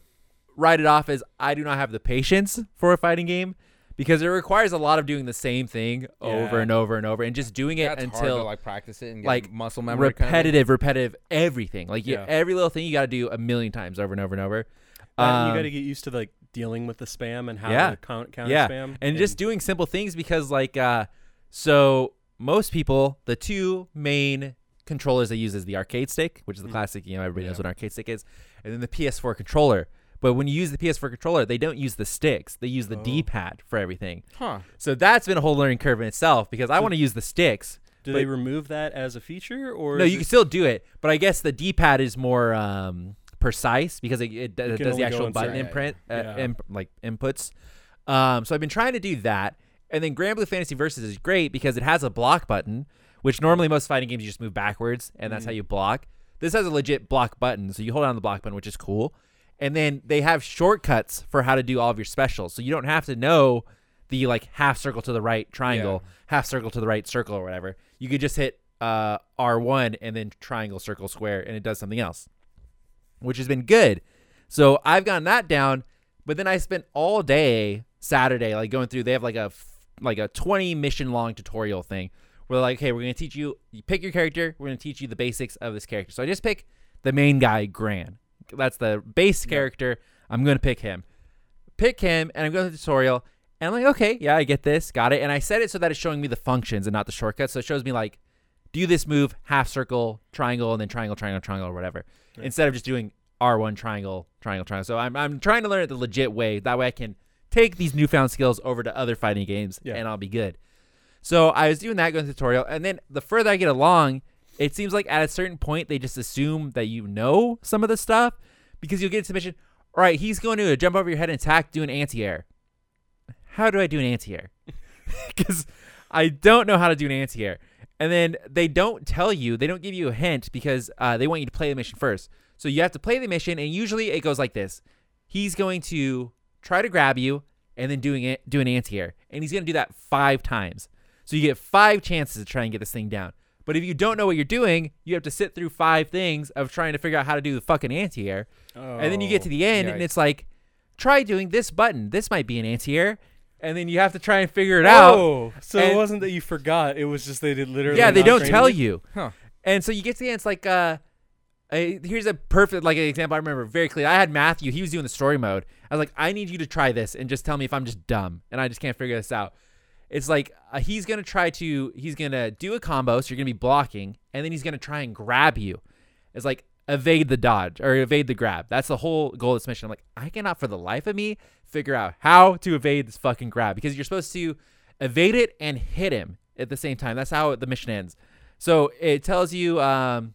C: write it off as I do not have the patience for a fighting game because it requires a lot of doing the same thing over
A: Yeah.
C: and over and over and just doing it
D: That's
C: until
D: hard to like practice it and get
C: like,
D: muscle memory. Kind
C: repetitive, repetitive everything. Like you,
A: Yeah.
C: every little thing you got to do a million times over and over and over.
A: And you
C: Um,
A: got to get used to like dealing with the spam and how
C: yeah.
A: to count counter
C: yeah,
A: spam.
C: and, just doing simple things because like uh, so most people the two main controllers they use is the arcade stick, which is the
A: Mm.
C: classic. You know, everybody knows what an arcade stick is, and then the PS4 controller. But when you use the PS4 controller, they don't use the sticks; they use the
A: Oh.
C: D-pad for everything.
D: of, huh?
C: So that's been a whole learning curve in itself because I want to use the sticks.
A: do
C: but-
A: they remove that as a feature or
C: No,
A: is
C: you can
A: it-
C: still do it, but I guess the D-pad is more um, precise because it, it, d-
A: can
C: does
A: only
C: the
A: go
C: actual
A: in
C: button
A: certain-
C: imprint, uh,
A: Yeah.
C: imp- like inputs. Um, so I've been trying to do that, and then Grand Blue Fantasy Versus is great because it has a block button, which normally most fighting games you just move backwards, and that's how you block. This has a legit block button, so you hold on to the block button, which is cool. And then they have shortcuts for how to do all of your specials, so you don't have to know the like half circle to the right triangle, half circle to the right circle or whatever. You could just hit uh, R1 and then triangle, circle, square, and it does something else, which has been good. So I've gotten that down, but then I spent all day Saturday like going through. They have like a f- like a 20 mission long tutorial thing where they're like, "Hey, we're gonna teach you. You pick your character. We're gonna teach you the basics of this character." So I just pick the main guy, Gran. That's the base character. I'm gonna pick him pick him and I'm going to the tutorial and I'm like, okay, yeah, I get this, got it. And I set it so that it's showing me the functions and not the shortcuts. So it shows me like, do this move, half circle, triangle, and then triangle, triangle, triangle, or whatever. Instead of just doing R1, triangle, triangle, triangle. So I'm, I'm trying to learn it the legit way. That way I can take these newfound skills over to other fighting games
A: Yeah.
C: and I'll be good. So I was doing that going through the tutorial. And then the further I get along, it seems like at a certain point they just assume that you know some of the stuff because you'll get a mission. All right, he's going to jump over your head and attack, do an anti air. How do I do an anti air? Because I don't know how to do an anti air. And then they don't tell you, they don't give you a hint because uh, they want you to play the mission first. So you have to play the mission, and usually it goes like this He's going to try to grab you and then doing it, do an anti air. And he's going to do that five times. So you get five chances to try and get this thing down. But if you don't know what you're doing, you have to sit through five things of trying to figure out how to do the fucking anti air.
A: Oh.
C: And then you get to the end, and
B: yikes.
C: it's like, try doing this button. This might be an anti-air, and then you have to try and figure it out.
A: Oh, so
C: And-
A: it wasn't that you forgot. It was just they did literally.
C: Yeah, they
A: not
C: don't
A: train
C: tell you.
D: Huh.
C: And so you get to the end, it's like, uh, I, here's a perfect like an example I remember very clearly. I had Matthew; he was doing the story mode. I was like, I need you to try this and just tell me if I'm just dumb and I just can't figure this out. It's like uh, he's gonna try to he's gonna do a combo, so you're gonna be blocking, and then he's gonna try and grab you. It's like evade the dodge or evade the grab. That's the whole goal of this mission. I'm like, I cannot for the life of me figure out how to evade this fucking grab because you're supposed to evade it and hit him at the same time. That's how the mission ends. So it tells you, um,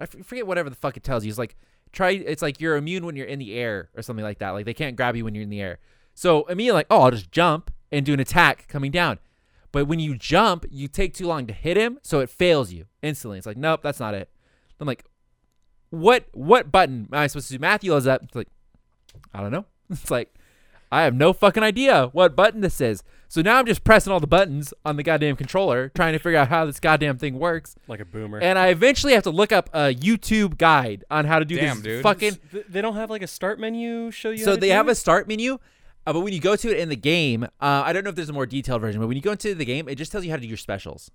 C: I f- forget whatever the fuck it tells you. It's like try. It's like you're immune when you're in the air or something like that. Like they can't grab you when you're in the air. So immediately, like, oh, I'll just jump and do an attack coming down. But when you jump, you take too long to hit him, so it fails you instantly. It's like, nope, that's not it. I'm like, what what button am I supposed to do? Matthew yells up. It's like, I don't know. It's like, I have no fucking idea what button this is. So now I'm just pressing all the buttons on the goddamn controller, trying to figure out how this goddamn thing works.
A: like a boomer.
C: And I eventually have to look up a YouTube guide on how to do
D: Damn,
C: this
D: dude.
C: fucking
A: Th- they don't have like a start menu show you.
C: so
A: how to
C: they
A: do
C: have
A: it?
C: a start menu, uh, but when you go to it in the game, uh, I don't know if there's a more detailed version, but when you go into the game, it just tells you how to do your specials.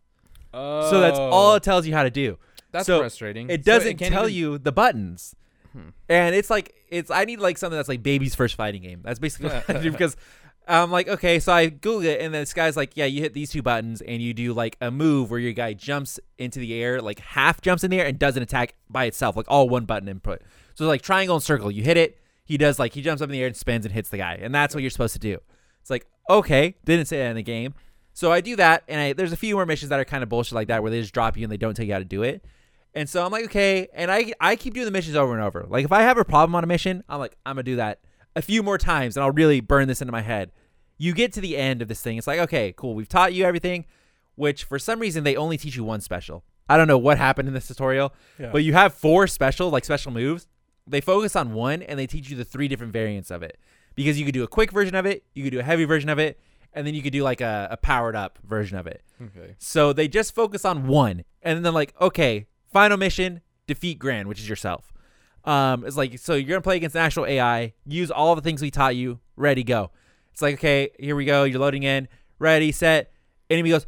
D: Oh.
C: So that's all it tells you how to do.
E: That's
C: So,
E: frustrating.
C: It
E: So
C: doesn't
E: can't
C: tell
E: even- Hmm.
C: you the buttons. And it's like it's I need like something that's like baby's first fighting game. That's basically what I do because I'm like, okay, so I Google it and this guy's like, yeah, you hit these two buttons and you do like a move where your guy jumps into the air, like half jumps in the air and does an attack by itself, like all one button input. So like triangle and circle, you hit it, he does like he jumps up in the air and spins and hits the guy. And that's what you're supposed to do. It's like, okay, didn't say that in the game. So I do that, and I, there's a few more missions that are kind of bullshit like that where they just drop you and they don't tell you how to do it. And so I'm like, okay, and I I keep doing the missions over and over. Like if I have a problem on a mission, I'm like, I'm gonna do that a few more times, and I'll really burn this into my head. You get to the end of this thing, it's like, okay, cool, we've taught you everything, which for some reason they only teach you one special. I don't know what happened in this tutorial,
A: Yeah.
C: but you have four special like special moves. They focus on one and they teach you the three different variants of it because you could do a quick version of it, you could do a heavy version of it, and then you could do like a, a powered up version of it.
D: Okay.
C: So they just focus on one, and then they're like, okay, final mission, defeat Grand, which is yourself. Um, it's like so you're gonna play against an actual AI. Use all the things we taught you. Ready, go. It's like okay, here we go. You're loading in. Ready, set. Enemy goes.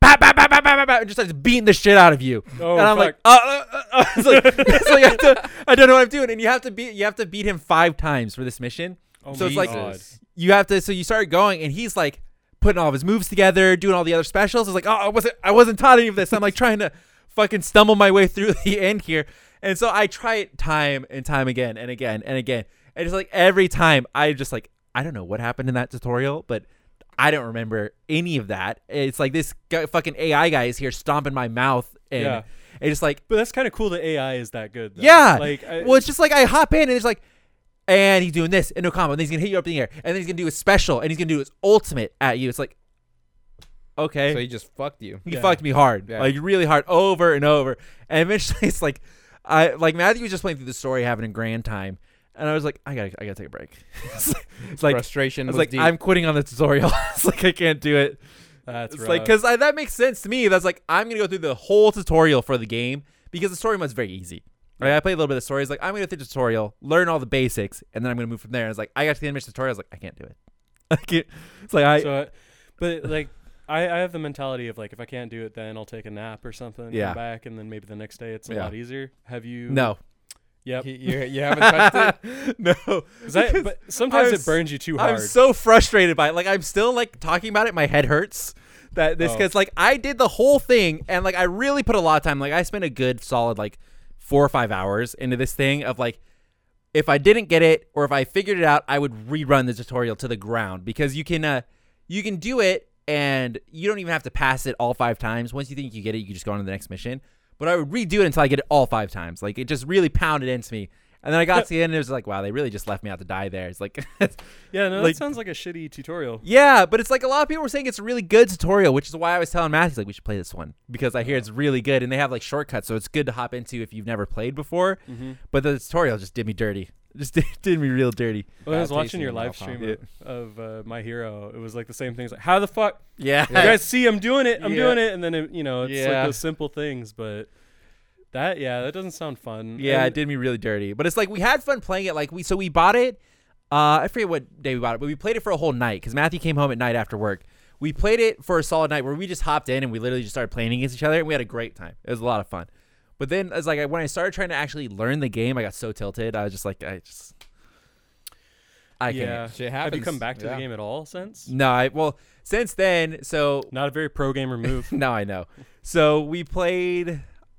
C: Bah, bah, bah, bah, bah, bah, bah, and just starts beating the shit out of you.
A: Oh,
C: and I'm like,
A: fuck.
C: uh, uh, uh, uh. It's like, it's like I, have to- I don't know what I'm doing. And you have to beat, you have to beat him five times for this mission
A: Oh
C: so
A: my
C: it's like-
A: God.
C: you have to so you start going and he's like putting all of his moves together doing all the other specials it's like oh i wasn't i wasn't taught any of this i'm like trying to fucking stumble my way through the end here and so i try it time and time again and again and again and it's like every time i just like i don't know what happened in that tutorial but i don't remember any of that it's like this guy, fucking ai guy is here stomping my mouth and
A: Yeah.
C: it's just like
A: But that's kind of cool that AI is that good. Though.
C: yeah.
A: Like, I,
C: well, it's just like I hop in and it's like, and he's doing this and no combo. And then he's gonna hit you up in the air. And then he's gonna do his special. And he's gonna do his ultimate at you. It's like, okay,
D: So
C: he,
D: he just fucked you.
A: yeah.
C: fucked me hard,
D: Yeah.
C: like really hard, over and over. And eventually, it's like, I like Matthew was just playing through the story, having a grand time. And I was like, I gotta, I gotta take a break. it's like, it's like, I
D: Frustration
C: was
D: was,
C: like
D: deep.
C: I'm quitting on the tutorial. it's like I can't do it
A: that's
C: it's
A: rough.
C: like because that makes sense to me. That's like I'm gonna go through the whole tutorial for the game because the story mode's very easy. Right, I played a little bit of the story. It's like I'm gonna go through the tutorial, learn all the basics, and then I'm gonna move from there. And it's like I got to the end of the tutorial. I was like, I can't do it. I can't. It's like I
A: so, uh, but like, I, I have the mentality of like, if I can't do it, then I'll take a nap or something.
C: Yeah.
A: Come back, and then maybe the next day it's a
C: Yeah.
A: lot easier. Have you?
C: no
A: Yep.
D: He- you, you haven't touched it?
C: no.
A: 'Cause I-
C: Because
A: but sometimes
C: I'm
A: it burns you too hard.
C: I'm so frustrated by it. Like I'm still like talking about it. My head hurts. That this
A: Oh.
C: because like I did the whole thing and like I really put a lot of time. Like I spent a good solid like four or five hours into this thing of like if I didn't get it or if I figured it out, I would rerun the tutorial to the ground because you can uh you can do it and you don't even have to pass it all five times. Once you think you get it, you can just go on to the next mission. But I would redo it until I get it all five times. Like it just really pounded into me. And then I got to the end and it was like, wow, they really just left me out to die there. It's like
A: yeah. No,
C: like-
A: that sounds like a shitty tutorial.
C: Yeah, but it's like a lot of people were saying it's a really good tutorial, which is why I was telling Matthew like we should play this one because I hear it's really good and they have like shortcuts, so it's good to hop into if you've never played before. But the tutorial just did me dirty, just did, did me real dirty.
A: When I
D: Bad
A: was
D: taste
A: watching
D: in
A: your
D: your
A: live
D: mouth, huh?
A: stream of, of uh, My Hero, it was like the same thing. It's like, how the fuck?
C: Yeah,
A: You guys see, I'm doing it. I'm
D: Yeah.
A: doing it. And then, it, you know, it's
D: Yeah.
A: like those simple things, but that, yeah, that doesn't sound fun.
C: yeah,
A: And
C: it did me really dirty. But it's like we had fun playing it. Like we, so we bought it. Uh, I forget what day we bought it, but we played it for a whole night because Matthew came home at night after work. We played it for a solid night where we just hopped in and we literally just started playing against each other and we had a great time. It was a lot of fun. But then it's like I- when I started trying to actually learn the game, I got so tilted. I was just like, I just, I
A: yeah.
C: can't.
D: Shit
A: Have you
D: happens.
A: come back to
D: Yeah.
A: the game at all since?
C: No, I well since then. So
A: Not a very pro gamer move.
C: now I know. So we played,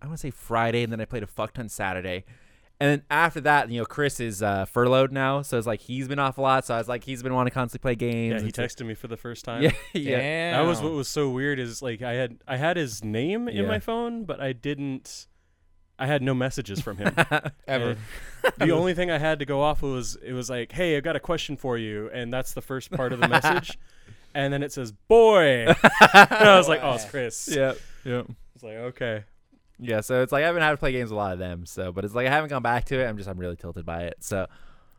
C: I want to say Friday, and then I played a fuck ton Saturday. And then after that, you know, Chris is uh, furloughed now. So it's like he's been off a lot. So I was like, he's been wanting to constantly play games.
A: yeah, he
C: and so-
A: texted me for the first time.
C: Yeah, yeah.
D: Damn.
A: That was what was so weird is like I had I had his name in
C: Yeah.
A: my phone, but I didn't I had no messages from him.
D: Ever.
A: the only thing I had to go off was it was like, "Hey, I've got a question for you," and that's the first part of the message. And then it says, "Boy," and I was like, "Oh, it's Chris."
C: Yeah. Yeah.
A: It's like, okay,
C: Yeah. So it's like I haven't had to play games with a lot of them. So, but it's like I haven't gone back to it. I'm just I'm really tilted by it. So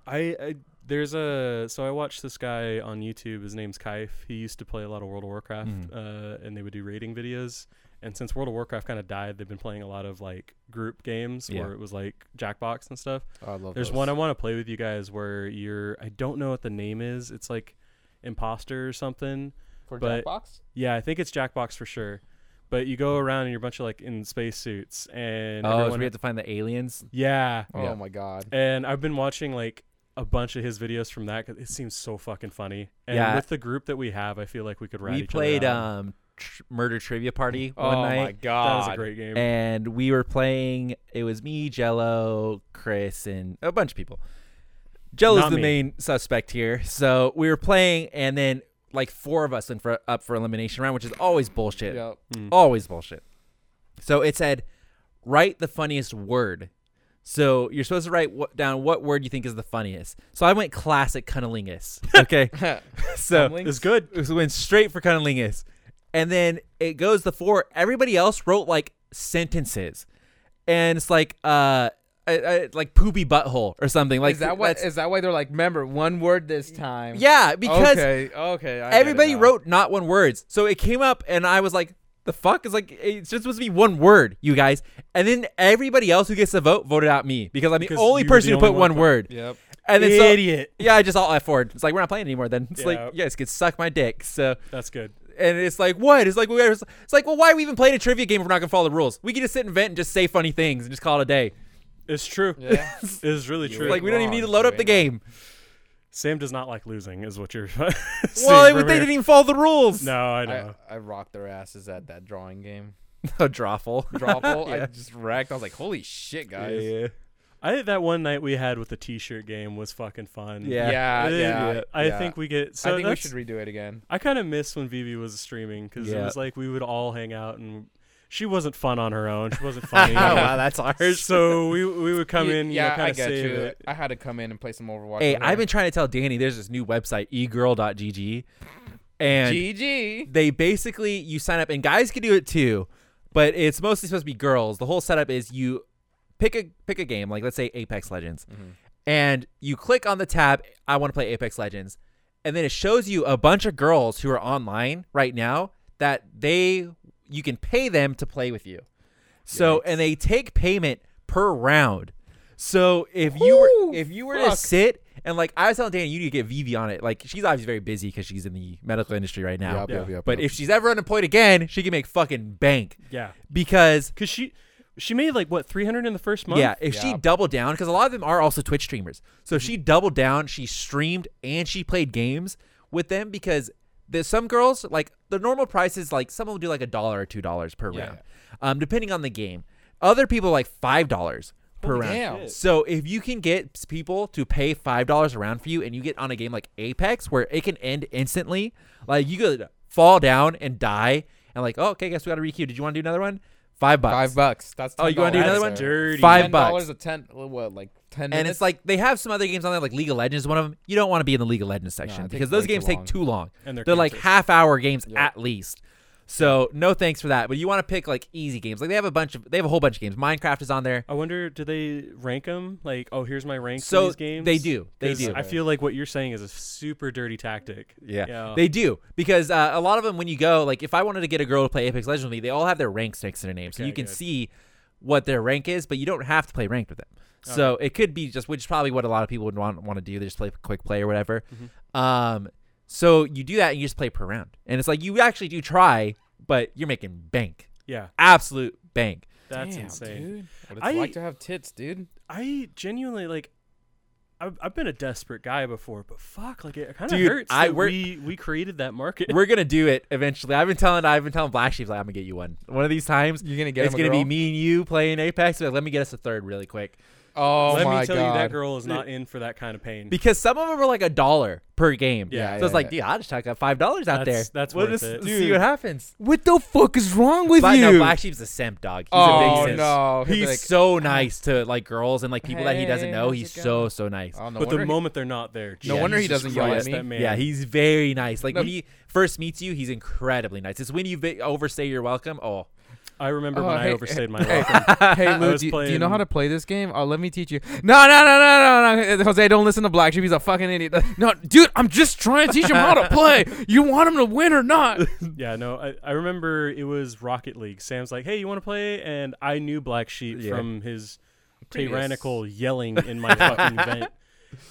A: I, I there's a so I watched this guy on YouTube. His name's Kaif. He used to play a lot of World of Warcraft, uh, and they would do rating videos. And since World of Warcraft kind of died, they've been playing a lot of like group games
C: Yeah.
A: where it was like Jackbox and stuff.
D: Oh, I love
A: There's
D: those.
A: one I want to play with you guys where you're I don't know what the name is. It's like imposter or something.
D: for
A: but-
D: Jackbox.
A: Yeah, I think it's Jackbox for sure. But you go around and you're a bunch of like in spacesuits and
C: oh, so
A: everyone
C: we have to find the aliens.
A: yeah.
D: Oh
C: Yeah.
D: my god.
A: And I've been watching like a bunch of his videos from that 'cause it seems so fucking funny. And
C: Yeah.
A: with the group that we have, I feel like we could rat
C: We
A: each
C: played
A: other out.
C: um tr- murder trivia party
D: Oh
C: one night.
D: my
A: that was a
D: god.
A: great game.
C: uh, and we were playing. It was me, Jello, Chris, and a bunch of people. Jello's
A: Not
C: the
A: me.
C: main suspect here, so we were playing, and then like four of us in for, up for elimination round, which is always bullshit.
D: Yep.
A: Hmm.
C: Always bullshit. So it said, write the funniest word. So you're supposed to write what, down what word you think is the funniest. So I went classic cunnilingus. Okay, so
D: Cunnilingus?
C: it's good. It went straight for cunnilingus, and then it goes the four. Everybody else wrote like sentences, and it's like uh, I, I, like poopy butthole or something. Like
F: is that what?
C: that's-
F: Is that why they're like? Remember one word this time.
C: yeah, because
F: okay. Okay. I get it
C: everybody
F: now.
C: wrote not one words. So it came up and I was like, the fuck? It's like it's just supposed to be one word, you guys. And then everybody else who gets to vote voted out me because I'm the
A: Because
C: only
A: you were
C: person
A: the
C: who
A: only
C: put
A: one
C: one
A: for-
C: word.
D: Yep.
C: And then so,
A: Idiot.
C: yeah, I just all F word. It's like we're not playing anymore then. It's
A: Yeah.
C: like you guys could suck my dick. So
A: That's good.
C: and it's like what? It's like we it's like, well, why are we even playing a trivia game if we're not gonna follow the rules? We can just sit and vent and just say funny things and just call it a day.
A: It's true.
D: Yeah.
A: It is really true.
C: like we don't even need to
D: wrong.
C: load
D: You
C: up the
D: ain't
C: game.
A: Sam does not like losing, is what you're.
C: Well,
A: well,
C: it, they didn't even follow the rules.
A: No, I
D: I,
A: know.
D: I rocked their asses at that drawing game.
C: a drawful.
D: Drawful. I just wrecked. I was like, holy shit, guys. Yeah.
A: I think that one night we had with the t-shirt game was fucking fun.
C: Yeah.
D: Yeah.
A: I-
D: yeah,
A: I think we get. So
D: I think we
A: that's-
D: should redo it again.
A: I kind of miss when Vivi was streaming because it
C: Yeah.
A: was like we would all hang out and she wasn't fun on her own. She wasn't funny.
C: oh wow, that's ours.
A: so we we would come
D: Y-
A: in,
D: yeah,
A: you know, kind
D: I
A: of
D: get
A: save
D: you.
A: it.
D: I had to come in and play some Overwatch.
C: Hey,
D: with
C: I've
D: her.
C: been trying to tell Danny there's this new website, egirl.gg, and
A: E?
D: GG.
C: they basically you sign up, and guys can do it too, but it's mostly supposed to be girls. The whole setup is you pick a pick a game, like let's say Apex Legends, and you click on the tab I want to play Apex Legends, and then it shows you a bunch of girls who are online right now that they you can pay them to play with you. So and they take payment per round. So if you were if you were to sit and like I was telling Danny, you need to get Vivi on it. Like she's obviously very busy because she's in the medical industry right now.
D: Yup, yup,
A: Yeah.
D: yup,
C: But
D: yup.
C: if she's ever unemployed again, she can make fucking bank
A: Yeah,
C: because
A: because she she made like what three hundred in the first month.
C: yeah, if she doubled down, because a lot of them are also Twitch streamers. So if she doubled down, she streamed and she played games with them because there's some girls like the normal price is like someone will do like a dollar or two dollars per round, um, depending on the game. Other people like five dollars per round.
D: damn.
C: So if you can get s- people to pay five dollars a round for you, and you get on a game like Apex where it can end instantly, like you could fall down and die, and like, oh, okay, guess we got to requeue. Did you want to do another one? Five bucks.
D: Five bucks. That's
C: Oh, you wanna
D: want
C: do
D: to
C: another one?
A: dirty.
C: Five
D: Ten
C: bucks.
D: dollars a ten. What like ten?
C: and it's like they have some other games on there, like League of Legends. One of them, you don't want to be in the League of Legends section
D: Nah, it takes
C: because those
D: way too
C: games take
D: long.
C: too long.
A: And
C: they're
A: they're
C: like
A: cancer.
C: half hour games at least. So no thanks for that. But you want to pick like easy games. Like they have a bunch of they have a whole bunch of games. Minecraft is on there.
A: I wonder, do they rank them? Like, oh, here's my rank
C: So
A: for these games.
C: they do. They
A: 'Cause
C: do.
A: I feel like what you're saying is a super dirty tactic.
C: Yeah. They do because uh, a lot of them, when you go, like if I wanted to get a girl to play Apex Legends with me, they all have their ranks next to their name, so
A: Okay,
C: you can
A: good.
C: see what their rank is, but you don't have to play ranked with them. So it could be just, which is probably what a lot of people would want want to do. They just play quick play or whatever. Um, so you do that and you just play per round, and it's like you actually do try, but you're making bank,
A: yeah,
C: absolute bank.
A: that's
D: Damn,
A: insane.
D: dude. What it's
A: I-
D: like to have tits, dude.
A: I genuinely like. I've, I've been a desperate guy before, but fuck, like it kind of
C: Dude,
A: hurts.
C: I
A: that
C: work-
A: we we created that market.
C: We're gonna do it eventually. I've been telling, I've been telling Black Sheep like I'm gonna get you one. One of these times,
D: You're gonna get
C: it's
D: him a
C: gonna be
D: girl?
C: me and you playing Apex. But let me get us a third really quick.
D: Oh
A: Let
D: my
A: me tell
D: god.
A: you, that girl is not in for that kind of pain.
C: because some of them are like a dollar per game.
A: Yeah,
C: so
A: yeah,
C: it's like, yeah, I'll just chuck up five dollars out
A: That's-
C: there.
A: that's
C: we'll
A: worth
C: just
A: it.
C: see
A: Dude.
C: what happens.
D: What the fuck is wrong with
C: Black,
D: you?
C: no, Black Sheep's a simp dog. He's a
D: oh
C: big simp.
D: no. He'd be
C: He's
D: like,
C: so nice to like girls and like people that he doesn't
D: Hey,
C: know.
D: how's
C: He's
D: it
C: so so nice.
D: oh, no
A: but the
D: wonder he-
A: moment they're not there,
D: No wonder he
A: Jesus
D: doesn't yell at
A: Christ,
D: me.
A: That man.
C: Yeah, he's very nice. Like
D: No,
C: when he first meets you, he's incredibly nice. It's when you vi- overstay your welcome. Oh,
A: I remember
D: Oh,
A: when I
D: hey-
A: overstayed my
D: hey,
A: welcome.
D: hey Lou,
A: was
D: do, you- do you know how
A: playing-
D: to play this game? Oh, let me teach you. No, no, no, no, no, no. Jose, don't listen to Black Sheep. He's a fucking idiot. No, dude, I'm just trying to teach him how to play. You want him to win or not?
A: Yeah, no, I, I remember it was Rocket League. Sam's like, "Hey, you want to play?" And I knew Black Sheep
C: Yeah.
A: from his
D: Previous.
A: tyrannical yelling in my fucking vent.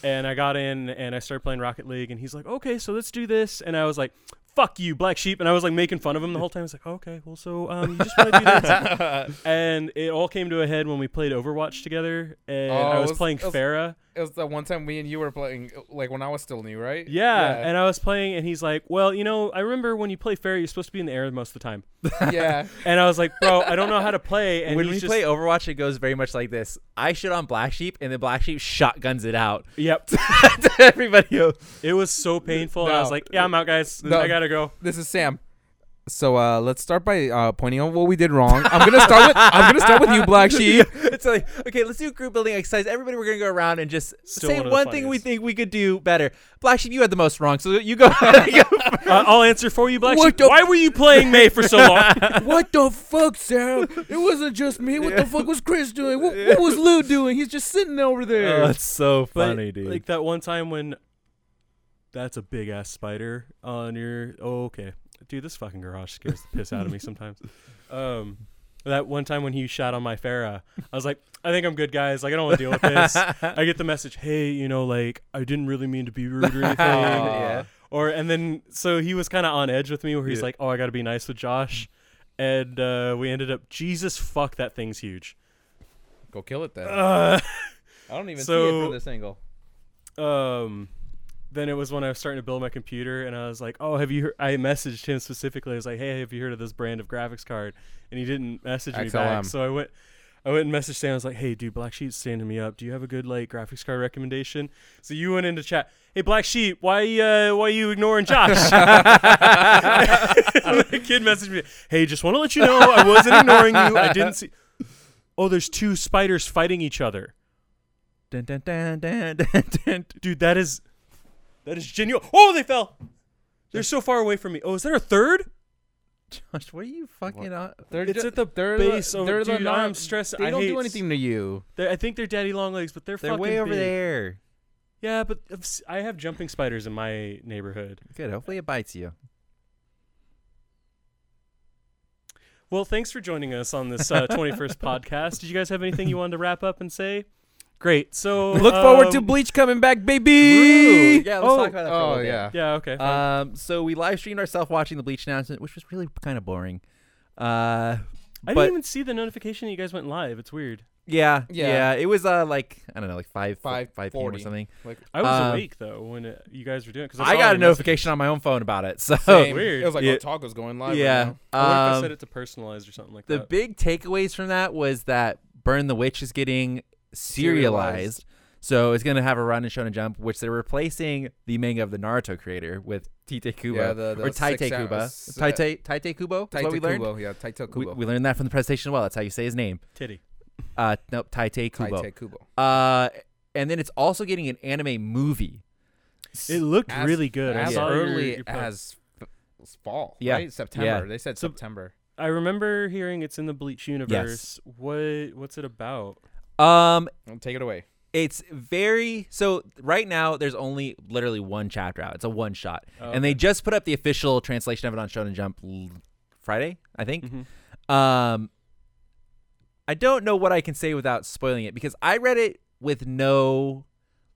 A: And I got in and I started playing Rocket League, and he's like, "Okay, so let's do this." And I was like, "Fuck you, Black Sheep!" And I was like making fun of him the whole time. I was like, "Okay, well, so um, you just want to do this." and it all came to a head when we played Overwatch together, and
D: Oh,
A: I
D: it
A: was
D: was-
A: playing
D: it was-
A: Farah.
D: It was the one time we and you were playing, like when I was still new, right?
A: Yeah, and I was playing, and he's like, "Well, you know, I remember when you play Farah, you're supposed to be in the air most of the time."
D: yeah.
A: And I was like, bro, I don't know how to play. And
C: when
A: he's
C: we
A: just,
C: play Overwatch, it goes very much like this. I shit on Black Sheep, and then Black Sheep shotguns it out
A: yep,
C: to everybody. Else.
A: it was so painful. and I was
D: No.
A: like, yeah, I'm out, guys.
D: No.
A: I gotta go.
D: This is Sam. So uh, let's start by uh, pointing out what we did wrong. I'm gonna start with I'm gonna start with you, Black Sheep.
C: it's like, okay, let's do a group building exercise. Everybody, we're gonna go around and just
A: Still
C: say
A: one of
C: one,
A: the
C: thing we
A: funniest.
C: think we could do better. Black Sheep, you had the most wrong, so you go. you go
A: Uh, I'll answer for you, Black
D: What
A: Sheep.
D: the-
A: Why were you playing May for so long?
D: What the fuck, Sarah? It wasn't just me. What the fuck was Chris doing? What, what was Lou doing? He's just sitting over there.
C: Uh, so
A: But, Like that one time when that's a big ass spider on your. Oh, okay, dude, this fucking garage scares the piss out of me sometimes. Um, that one time when he shot on my Farah, I was like, I think I'm good, guys. Like I don't want to deal with this. I get the message, hey, you know, like I didn't really mean to be rude or anything.
D: Yeah.
A: Or and then so he was kind of on edge with me, where he's like, oh, I got to be nice with Josh. And uh, we ended up, Jesus fuck, that thing's huge.
D: Go kill it then.
A: Uh,
D: I don't even see it
A: so-
D: from this angle.
A: um then it was when I was starting to build my computer and I was like, "Oh, have you heard? I messaged him specifically. I was like, "Hey, have you heard of this brand of graphics card?" And he didn't message me
D: XLM.
A: back. So I went I went and messaged Sam. I was like, "Hey, dude, Black Sheep's standing me up. Do you have a good like graphics card recommendation?" So you went into chat. "Hey, Black Sheep, why uh why you ignoring Josh?" And the kid messaged me, "Hey, just want to let you know I wasn't ignoring you. I didn't see Oh, there's two spiders fighting each other.
C: Dun, dun, dun, dun, dun, dun.
A: Dude, that is that is genuine. Oh, they fell. They're so far away from me. Oh, is there a third?
C: Josh, what are you fucking on?
D: They're
A: It's
D: ju-
A: at the
D: they're
A: base over-
D: they're
A: dude,
D: not-
A: I'm stressed.
D: They
A: I
D: don't
A: hate
D: do anything to you.
A: They're- I think they're daddy long legs, but they're,
C: They're
A: fucking
C: way over
A: big.
C: there.
A: Yeah, but I've s- I have jumping spiders in my neighborhood.
C: Good. Hopefully, it bites you.
A: Well, thanks for joining us on this uh, 21st podcast. Did you guys have anything you wanted to wrap up and say? Great. So
D: Look forward to
A: um,
D: Bleach coming back, baby.
C: Yeah, let's
A: Oh,
C: talk about that. For a
D: Oh
C: little bit.
D: yeah.
A: yeah. Okay. fine.
C: Um, so we live streamed ourselves watching the Bleach announcement, which was really kind of boring. Uh,
A: I
C: but-
A: didn't even see the notification that you guys went live. It's weird.
C: yeah,
D: Yeah.
C: yeah, It was uh like I don't know, like five,
D: Five
C: five, five p.m. or
D: forty.
C: something.
D: Like
A: I was
C: Uh,
A: awake though when it, you guys were doing it because
C: I got a notification on my own phone about it. So
D: same.
A: weird.
D: It was like
C: Oh. Yeah.
D: Otago's going live.
C: yeah,
A: I wonder if I
C: um,
A: set it to personalized or something like
C: the
A: that.
C: big takeaways from that was that Burn the Witch is getting serialized.
D: Serialized.
C: So it's gonna have a run in Shonen Jump, which they're replacing the manga of the Naruto creator with Tite Kubo
D: Yeah, the- the
C: or Taite
D: six- uh,
C: Kuba.
D: s- uh,
C: Taite Taite Kubo. is
D: Taito
C: what we learned.
D: Kubo. Yeah, Taito
C: We,
D: Kubo.
C: we learned that from the presentation. as Well, that's how you say his name.
A: Titty.
C: Uh, nope, Taite Kubo.
D: Taito Kubo.
C: Uh, and then it's also getting an anime movie.
A: It looked
D: As-
A: really good. I
D: As
A: saw your-
D: early
A: your post.
D: as f- fall.
C: Yeah.
D: Right? September. They said
A: So-
D: September.
A: I remember hearing it's in the Bleach universe. What what's it about?
C: Um,
D: Take it away.
C: it's very so right now. There's only literally one chapter out. It's a one shot,
D: Oh,
C: and they just put up the official translation of it on Shonen Jump l- Friday, I think.
A: Mhm.
D: Mm-hmm.
C: Um, I don't know what I can say without spoiling it because I read it with no,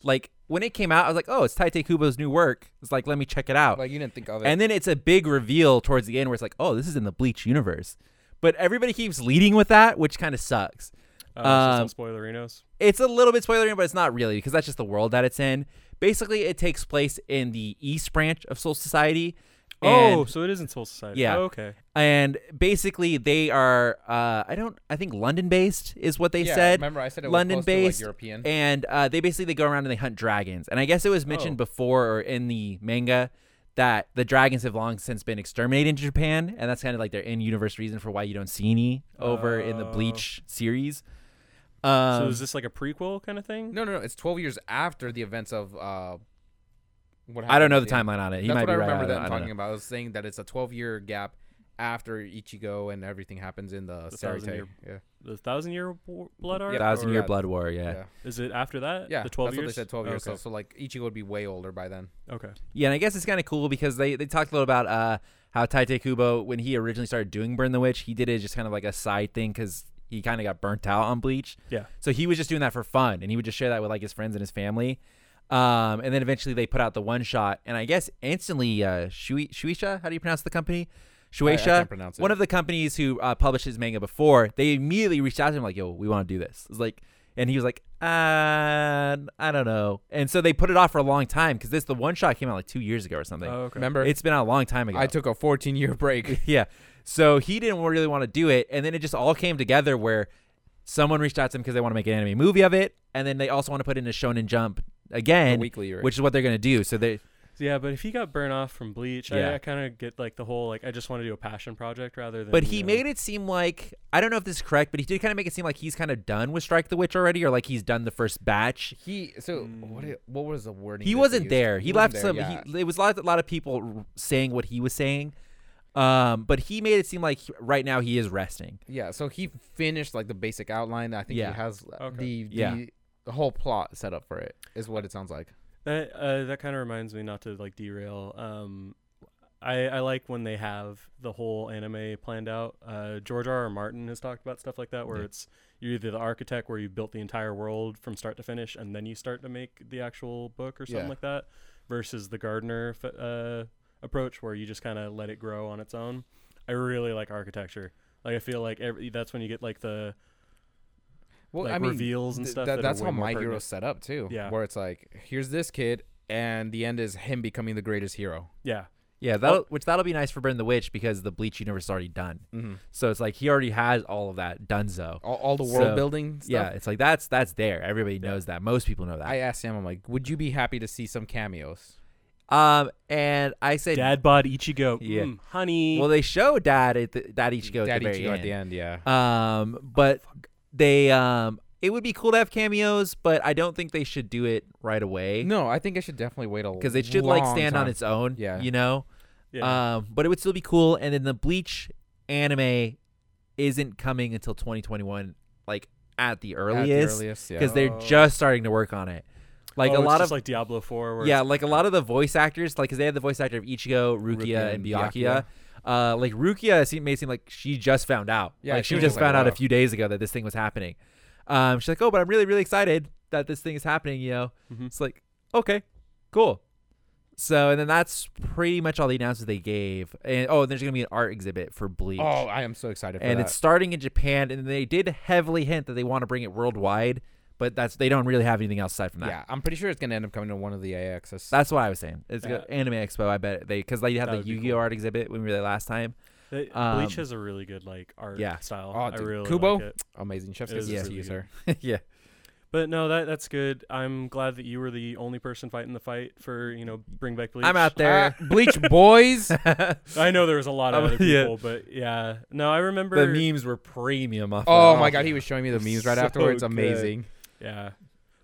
C: like when it came out, I was like, oh, it's Taite Kubo's new work. It's like let me check it out.
D: Like you didn't think of it.
C: Oh. And then it's a big reveal towards the end where it's like, oh, this is in the Bleach universe. But everybody keeps leading with that, which kind of sucks.
A: Uh,
C: Um,
A: um, spoilerinos.
C: It's a little bit spoilery, but it's not really because that's just the world that it's in. Basically, it takes place in the East Branch of Soul Society.
A: Oh,
C: And-
A: so it is in Soul Society.
C: Yeah.
A: Oh, okay.
C: and basically they are uh, I don't I think London based is what they
D: yeah,
C: said.
D: Remember, I said it was
C: London
D: close to, like,
C: based
D: European.
C: and uh, they basically they go around and they hunt dragons. And I guess it was mentioned
D: Oh.
C: before or in the manga that the dragons have long since been exterminated in Japan, and that's kind of like their in-universe reason for why you don't see any over in the
A: Oh.
C: Bleach series. Um,
A: so is this like a prequel kind of thing?
D: No, no, no. It's 12 years after the events of uh, what
C: I don't know
D: happened
C: the
D: at end.
C: timeline on it. He
D: That's
C: might
D: what
C: be
D: I
C: right,
D: remember
C: don't-
D: them
C: I don't
D: talking about. I was saying that it's a 12 year gap after Ichigo and everything happens in the,
A: The
D: Sarate.
A: Thousand Year
D: Yeah.
A: The Thousand Year War- Blood Arc.
C: know.
D: Yeah,
C: Thousand
D: or-
C: Year
D: Oh, yeah.
C: Blood War, yeah.
D: Yeah.
C: yeah.
A: Is it after that?
D: Yeah.
A: The twelve
D: that's
A: years. Oh,
D: What they said 12 years.
A: Okay.
D: So, so like Ichigo would be way older by then.
A: Okay.
C: and I guess it's kind of cool because they, they talked a little about uh, how Taite Kubo, when he originally started doing Burn the Witch, he did it as just kind of like a side thing because he kind of got burnt out on Bleach.
A: Yeah.
C: So he was just doing that for fun, and he would just share that with like his friends and his family. Um, and then eventually they put out the one shot, and I guess instantly, uh, Shui- Shueisha, how do you pronounce the company? Shueisha,
D: can't pronounce it.
C: one of the companies who uh, published his manga before, they immediately reached out to him like, "Yo, we want to do this." It's like, and he was like, "Uh, I don't know." And so they put it off for a long time because this the one shot came out like two years ago or something.
A: Oh, okay.
D: Remember,
C: It's oh been out a long time ago.
D: I took a 14 year break.
C: Yeah. So he didn't really want to do it. And then it just all came together where someone reached out to him because they want to make an anime movie of it. And then they also want to put in a Shonen Jump again,
D: weekly, right?
C: which is what they're going to do. So they,
A: Yeah, but if he got burnt off from Bleach, I,
C: Yeah.
A: I kind of get like the whole like I just want to do a passion project rather than.
C: but he
A: you know-
C: made it seem like, I don't know if this is correct, but he did kind of make it seem like he's kind of done with Strike the Witch already or like he's done the first batch.
D: He so what? i- What was the wording?
C: Mm. He
D: that they
C: wasn't
D: used?
C: there. He,
D: wasn't
C: left
D: there,
C: some,
D: yeah.
C: he, it was a lot, a lot of people r- saying what he was saying. Um, but he made it seem like right now he is resting.
D: Yeah, so he finished like the basic outline. I think
C: Yeah.
D: he has uh,
A: Okay.
D: the, the
C: Yeah.
D: the whole plot set up for it. Is what it sounds like.
A: That uh, that kind of reminds me not to like derail. Um, I I like when they have the whole anime planned out. Uh, George R. R. Martin has talked about stuff like that, where it's you're either the architect where you built the entire world from start to finish, and then you start to make the actual book or something
D: Yeah.
A: like that, versus the gardener f- uh, approach where you just kind of let it grow on its own. I really like architecture. Like I feel like every, that's when you get like the
D: Well,
A: like
D: I mean,
A: reveals and
D: th-
A: stuff.
D: that-
A: that are
D: that's
A: way
D: how
A: more
D: My
A: pertinent.
D: Hero set up too.
A: Yeah.
D: where it's like here's this kid, and the end is him becoming the greatest hero.
A: Yeah,
C: Yeah, that'll, which that'll be nice for Burn the Witch because the Bleach universe is already done.
D: Mm-hmm.
C: So it's like he already has all of that donezo.
D: All, all the
C: So,
D: world building. Stuff.
C: Yeah, it's like that's that's there. Everybody knows that. Most people know
D: I
C: that.
D: asked him. I'm like, would you be happy to see some cameos?
C: um, and I said,
A: dad bod Ichigo.
C: Yeah.
A: Mm, honey.
C: well, they show Dad at the, Dad Ichigo at
D: Daddy
C: the very
D: Ichigo
C: end.
D: at the end. Yeah.
C: Um, but they um, it would be cool to have cameos, but I don't think they should do it right away
D: No, I think I should definitely wait a
C: because it should like
D: long
C: stand on
D: time.
C: its own.
D: Yeah.
C: you know.
A: yeah.
C: Um, but it would still be cool. And then the Bleach anime isn't coming until 2021, like at the
D: At the
C: earliest.
D: earliest, yeah.
C: because they're
A: Oh.
C: just starting to work on it. Like
A: Oh,
C: a
A: it's
C: lot
A: just
C: of
A: like Diablo Four. Where
C: yeah,
A: it's-
C: like a lot of the voice actors, like because they had the voice actor of Ichigo, Rukia,
D: Rukia and
C: and Byakuya. Uh, like Rukia seemed, made it seem like she just found out.
D: Yeah,
C: like, she,
D: she was
C: just
D: just like,
C: found out a
D: "Wow."
C: few days ago that this thing was happening. Um, she's like, oh, but I'm really really excited that this thing is happening. You know,
A: Mhm.
C: it's like okay, cool. So and then that's pretty much all the announcements they gave. And oh, there's gonna be an art exhibit for Bleach
D: Oh, I am so excited for
C: and
D: that.
C: it's starting in Japan. And they did heavily hint that they want to bring it worldwide, but that's they don't really have anything else aside from that.
D: yeah, I'm pretty sure it's gonna end up coming to one of the AXs.
C: That's what I was saying. It's
A: Yeah.
C: got Anime Expo. I bet they because they had
A: That
C: the
A: would be
C: Yu Gi Oh art exhibit when we were there last time.
A: They-
C: um,
A: Bleach has a really good like art
C: yeah.
A: style.
D: Oh,
A: I
D: dude,
A: really
D: Kubo?
A: like it.
D: amazing. Chef's
A: It
D: kisses
A: is
D: to
A: really
D: you,
A: good.
D: sir.
C: yeah,
A: But no, that that's good. I'm glad that you were the only person fighting the fight for you know bring back Bleach.
C: I'm out there.
D: Ah, Bleach boys.
A: I know there was a lot of
C: Um,
A: other
C: yeah.
A: people, but yeah, no, I remember.
C: the memes were premium. Off
D: Oh
C: that.
D: my god, he was showing me the memes right
A: So
D: afterwards.
A: good.
D: Amazing.
A: Yeah,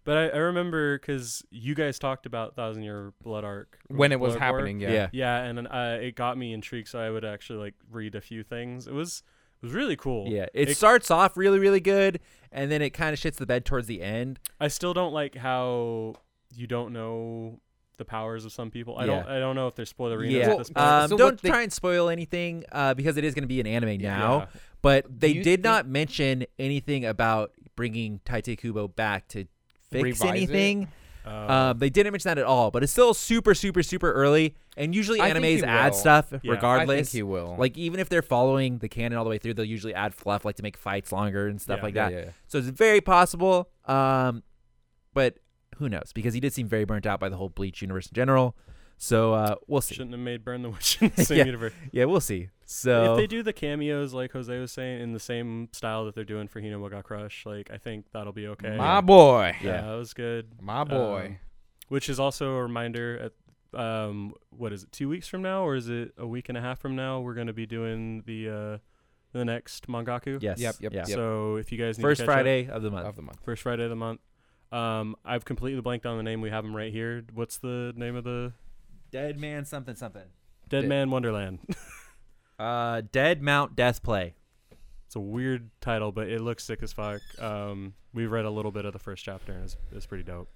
A: but I, I remember because you guys talked about Thousand Year Blood Arc
D: When it was
A: Blood War.
D: happening, yeah.
C: Yeah.
A: Yeah, and then, uh, it got me intrigued, so I would actually like read a few things. It was it was really cool.
C: Yeah, it,
A: It-
C: starts off really really good, and then it kind of shits the bed towards the end.
A: I still don't like how you don't know the powers of some people. I
C: Yeah.
A: don't. I don't know if they're spoilerinos
C: Yeah.
A: at this point.
C: Um,
D: so what
C: don't
D: they-
C: try and spoil anything uh, because it is going to be an anime now.
A: Yeah.
C: But they
D: you
C: did
D: think-
C: not mention anything about bringing Taite Kubo back to fix
D: Revise it?
C: anything.
A: Uh,
C: Um, they didn't mention that at all, but it's still super, super, super early. And usually
D: I think
C: animes
D: he
C: add
D: will.
C: stuff
A: Yeah.
C: regardless.
D: I think he will.
C: Like even if they're following the canon all the way through, they'll usually add fluff like to make fights longer and stuff
A: Yeah.
C: like
D: yeah,
C: that.
D: yeah.
C: So it's very possible. Um, but who knows? Because he did seem very burnt out by the whole Bleach universe in general. So uh, we'll see.
A: Shouldn't have made Burn the Witch in the same
C: Yeah.
A: universe.
C: Yeah, we'll see.
A: If
C: So
A: they do the cameos like Jose was saying in the same style that they're doing for Hino Ga Crush, like I think that'll be okay.
D: My boy.
A: yeah, Um,
C: Yeah.
A: that was good.
D: My boy.
A: Which is also a reminder at um what is it, two weeks from now or is it a week and a half from now? We're gonna be doing the uh the next Mangaku.
C: yes,
D: Yep, yep,
C: yeah.
D: yep.
A: So if you guys need
C: First
A: to catch up-
C: Friday of the month.
D: of the month.
A: first Friday of the month. Um, I've completely blanked on the name. We have them right here. What's the name of the
C: Dead man something something.
A: Dead
D: Yeah.
A: Man Wonderland?
C: Uh, Dead Mount Death Play.
A: It's a weird title, but it looks sick as fuck. Um, we've read a little bit of the first chapter, and it's, it's pretty dope.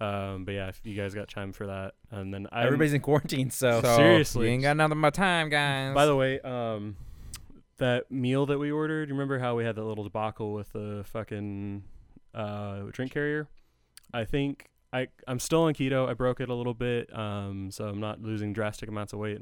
A: Um, but yeah, if you guys got time for that, and then I
C: Everybody's in quarantine, so,
D: So,
A: seriously.
D: you ain't got nothing but time, guys.
A: By the way, um, that meal that we ordered. You remember how we had that little debacle with the fucking uh, drink carrier? I think I I'm still on keto. I broke it a little bit, um, so I'm not losing drastic amounts of weight.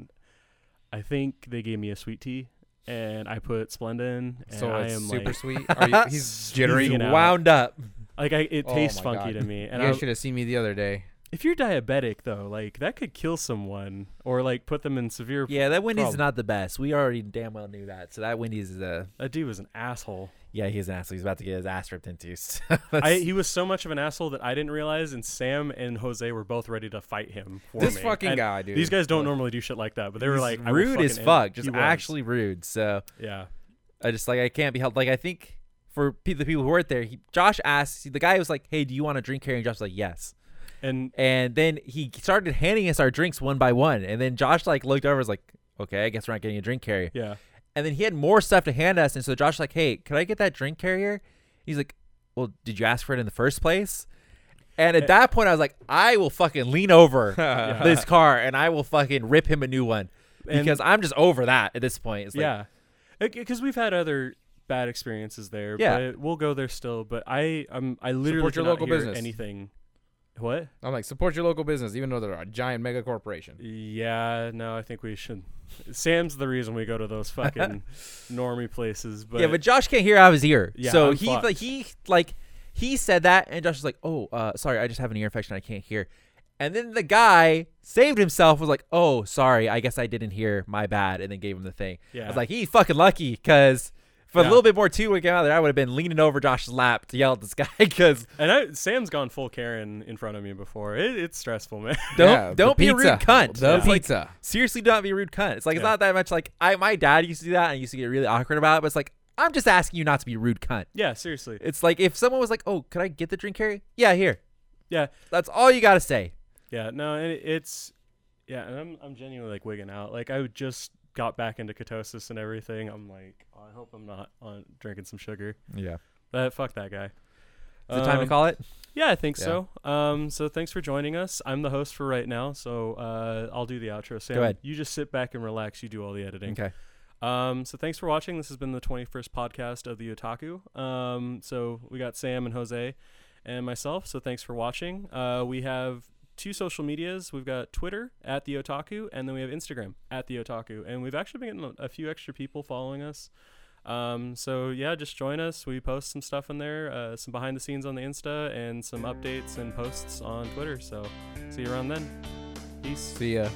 A: I think they gave me a sweet tea, and I put Splenda in, and
D: so
A: I
D: it's
A: am
D: super
A: like,
D: sweet. Are you, he's jittering.
A: freaking out.
C: wound up.
A: Like I, it
D: Oh
A: tastes
D: my
A: funky
D: God.
A: to me,
D: You
A: and I,
D: guys should have seen me the other day.
A: if you're diabetic though, like that could kill someone or like put them in severe.
C: Yeah, that Wendy's is
A: Problem.
C: not the best. We already damn well knew that. So that Wendy's is a
A: That dude was an asshole.
C: yeah, he's an asshole. He's about to get his ass ripped into. So
A: I, he was so much of an asshole that I didn't realize, and Sam and Jose were both ready to fight him. For
D: This
A: me.
D: fucking
A: And
D: guy, dude.
A: These guys don't normally do shit like that, but they were
C: He's
A: like I will
C: rude as
A: fucking end
C: fuck.
A: it.
C: Just
A: He was.
C: actually rude. So
A: yeah,
C: I just like I can't be helped. Like I think for pe- the people who weren't there, he, Josh asked the guy was like, "Hey, do you want a drink here?" And Josh was like, "Yes."
A: and
C: And then he started handing us our drinks one by one. And then Josh like looked over, and was like, "Okay, I guess we're not getting a drink carrier."
A: yeah,
C: And then he had more stuff to hand us. And so Josh like, hey, could I get that drink carrier? He's like, well, did you ask for it in the first place? And
A: Eh.
C: at that point, I was like, I will fucking lean over this car and I will fucking rip him a new one
A: And-
C: because I'm just over that at this point. It's like,
A: yeah, because we've had other bad experiences there.
C: Yeah.
A: but we'll go there still. But I, um, I literally
D: Support your
A: cannot
D: local
A: hear
D: business.
A: Anything? What?
D: I'm like, support your local business, even though they're a giant mega corporation.
A: Yeah, no, I think we should. Sam's the reason we go to those fucking normie places. But
C: yeah, but Josh can't hear out of his ear.
A: Yeah,
C: so
A: I'm
C: he
A: fucked.
C: like he like he said that, and Josh was like, "Oh, uh, sorry, I just have an ear infection. I can't hear." And then the guy saved himself. Was like, "Oh, sorry, I guess I didn't hear. My bad." And then gave him the thing. I
A: Yeah.
C: was like, "He's fucking lucky because." For
A: Yeah.
C: a little bit more too, we came out there. I would have been leaning over Josh's lap to yell at this guy because
A: and I, Sam's gone full Karen in front of me before. It, it's stressful, man.
C: don't
D: Yeah, the
C: don't be a rude
D: pizza.
C: cunt.
D: The
C: It's like,
D: pizza.
C: seriously, don't be a rude cunt. It's like it's
A: Yeah.
C: not that much. Like I, my dad used to do that, and I used to get really awkward about it. But it's like I'm just asking you not to be a rude cunt.
A: yeah, seriously.
C: It's like if someone was like, "Oh, could I get the drink carry?" Yeah, here.
A: Yeah,
C: That's all you gotta say.
A: Yeah, no, it, it's yeah, and I'm I'm genuinely like wigging out. Like I just got back into ketosis and everything. I'm like, oh, I hope I'm not on drinking some sugar.
C: Yeah.
A: But fuck that guy.
C: Is it time to
A: Um,
C: call it?
A: Yeah, I think so. Um, so thanks for joining us. I'm the host for right now, so uh, I'll do the outro. Sam,
C: ahead.
A: you just sit back and relax. You do all the editing.
C: Okay.
A: Um, so thanks for watching. This has been the 21st podcast of the Otaku. Um, so we got Sam and Jose and myself. So thanks for watching. Uh, we have two social medias. We've got Twitter at the Otaku, and then we have Instagram at the Otaku. And we've actually been getting a few extra people following us. Um, so yeah, just join us. We post some stuff in there, uh, some behind the scenes on the Insta, and some updates and posts on Twitter. So see you around then. Peace.
D: See ya.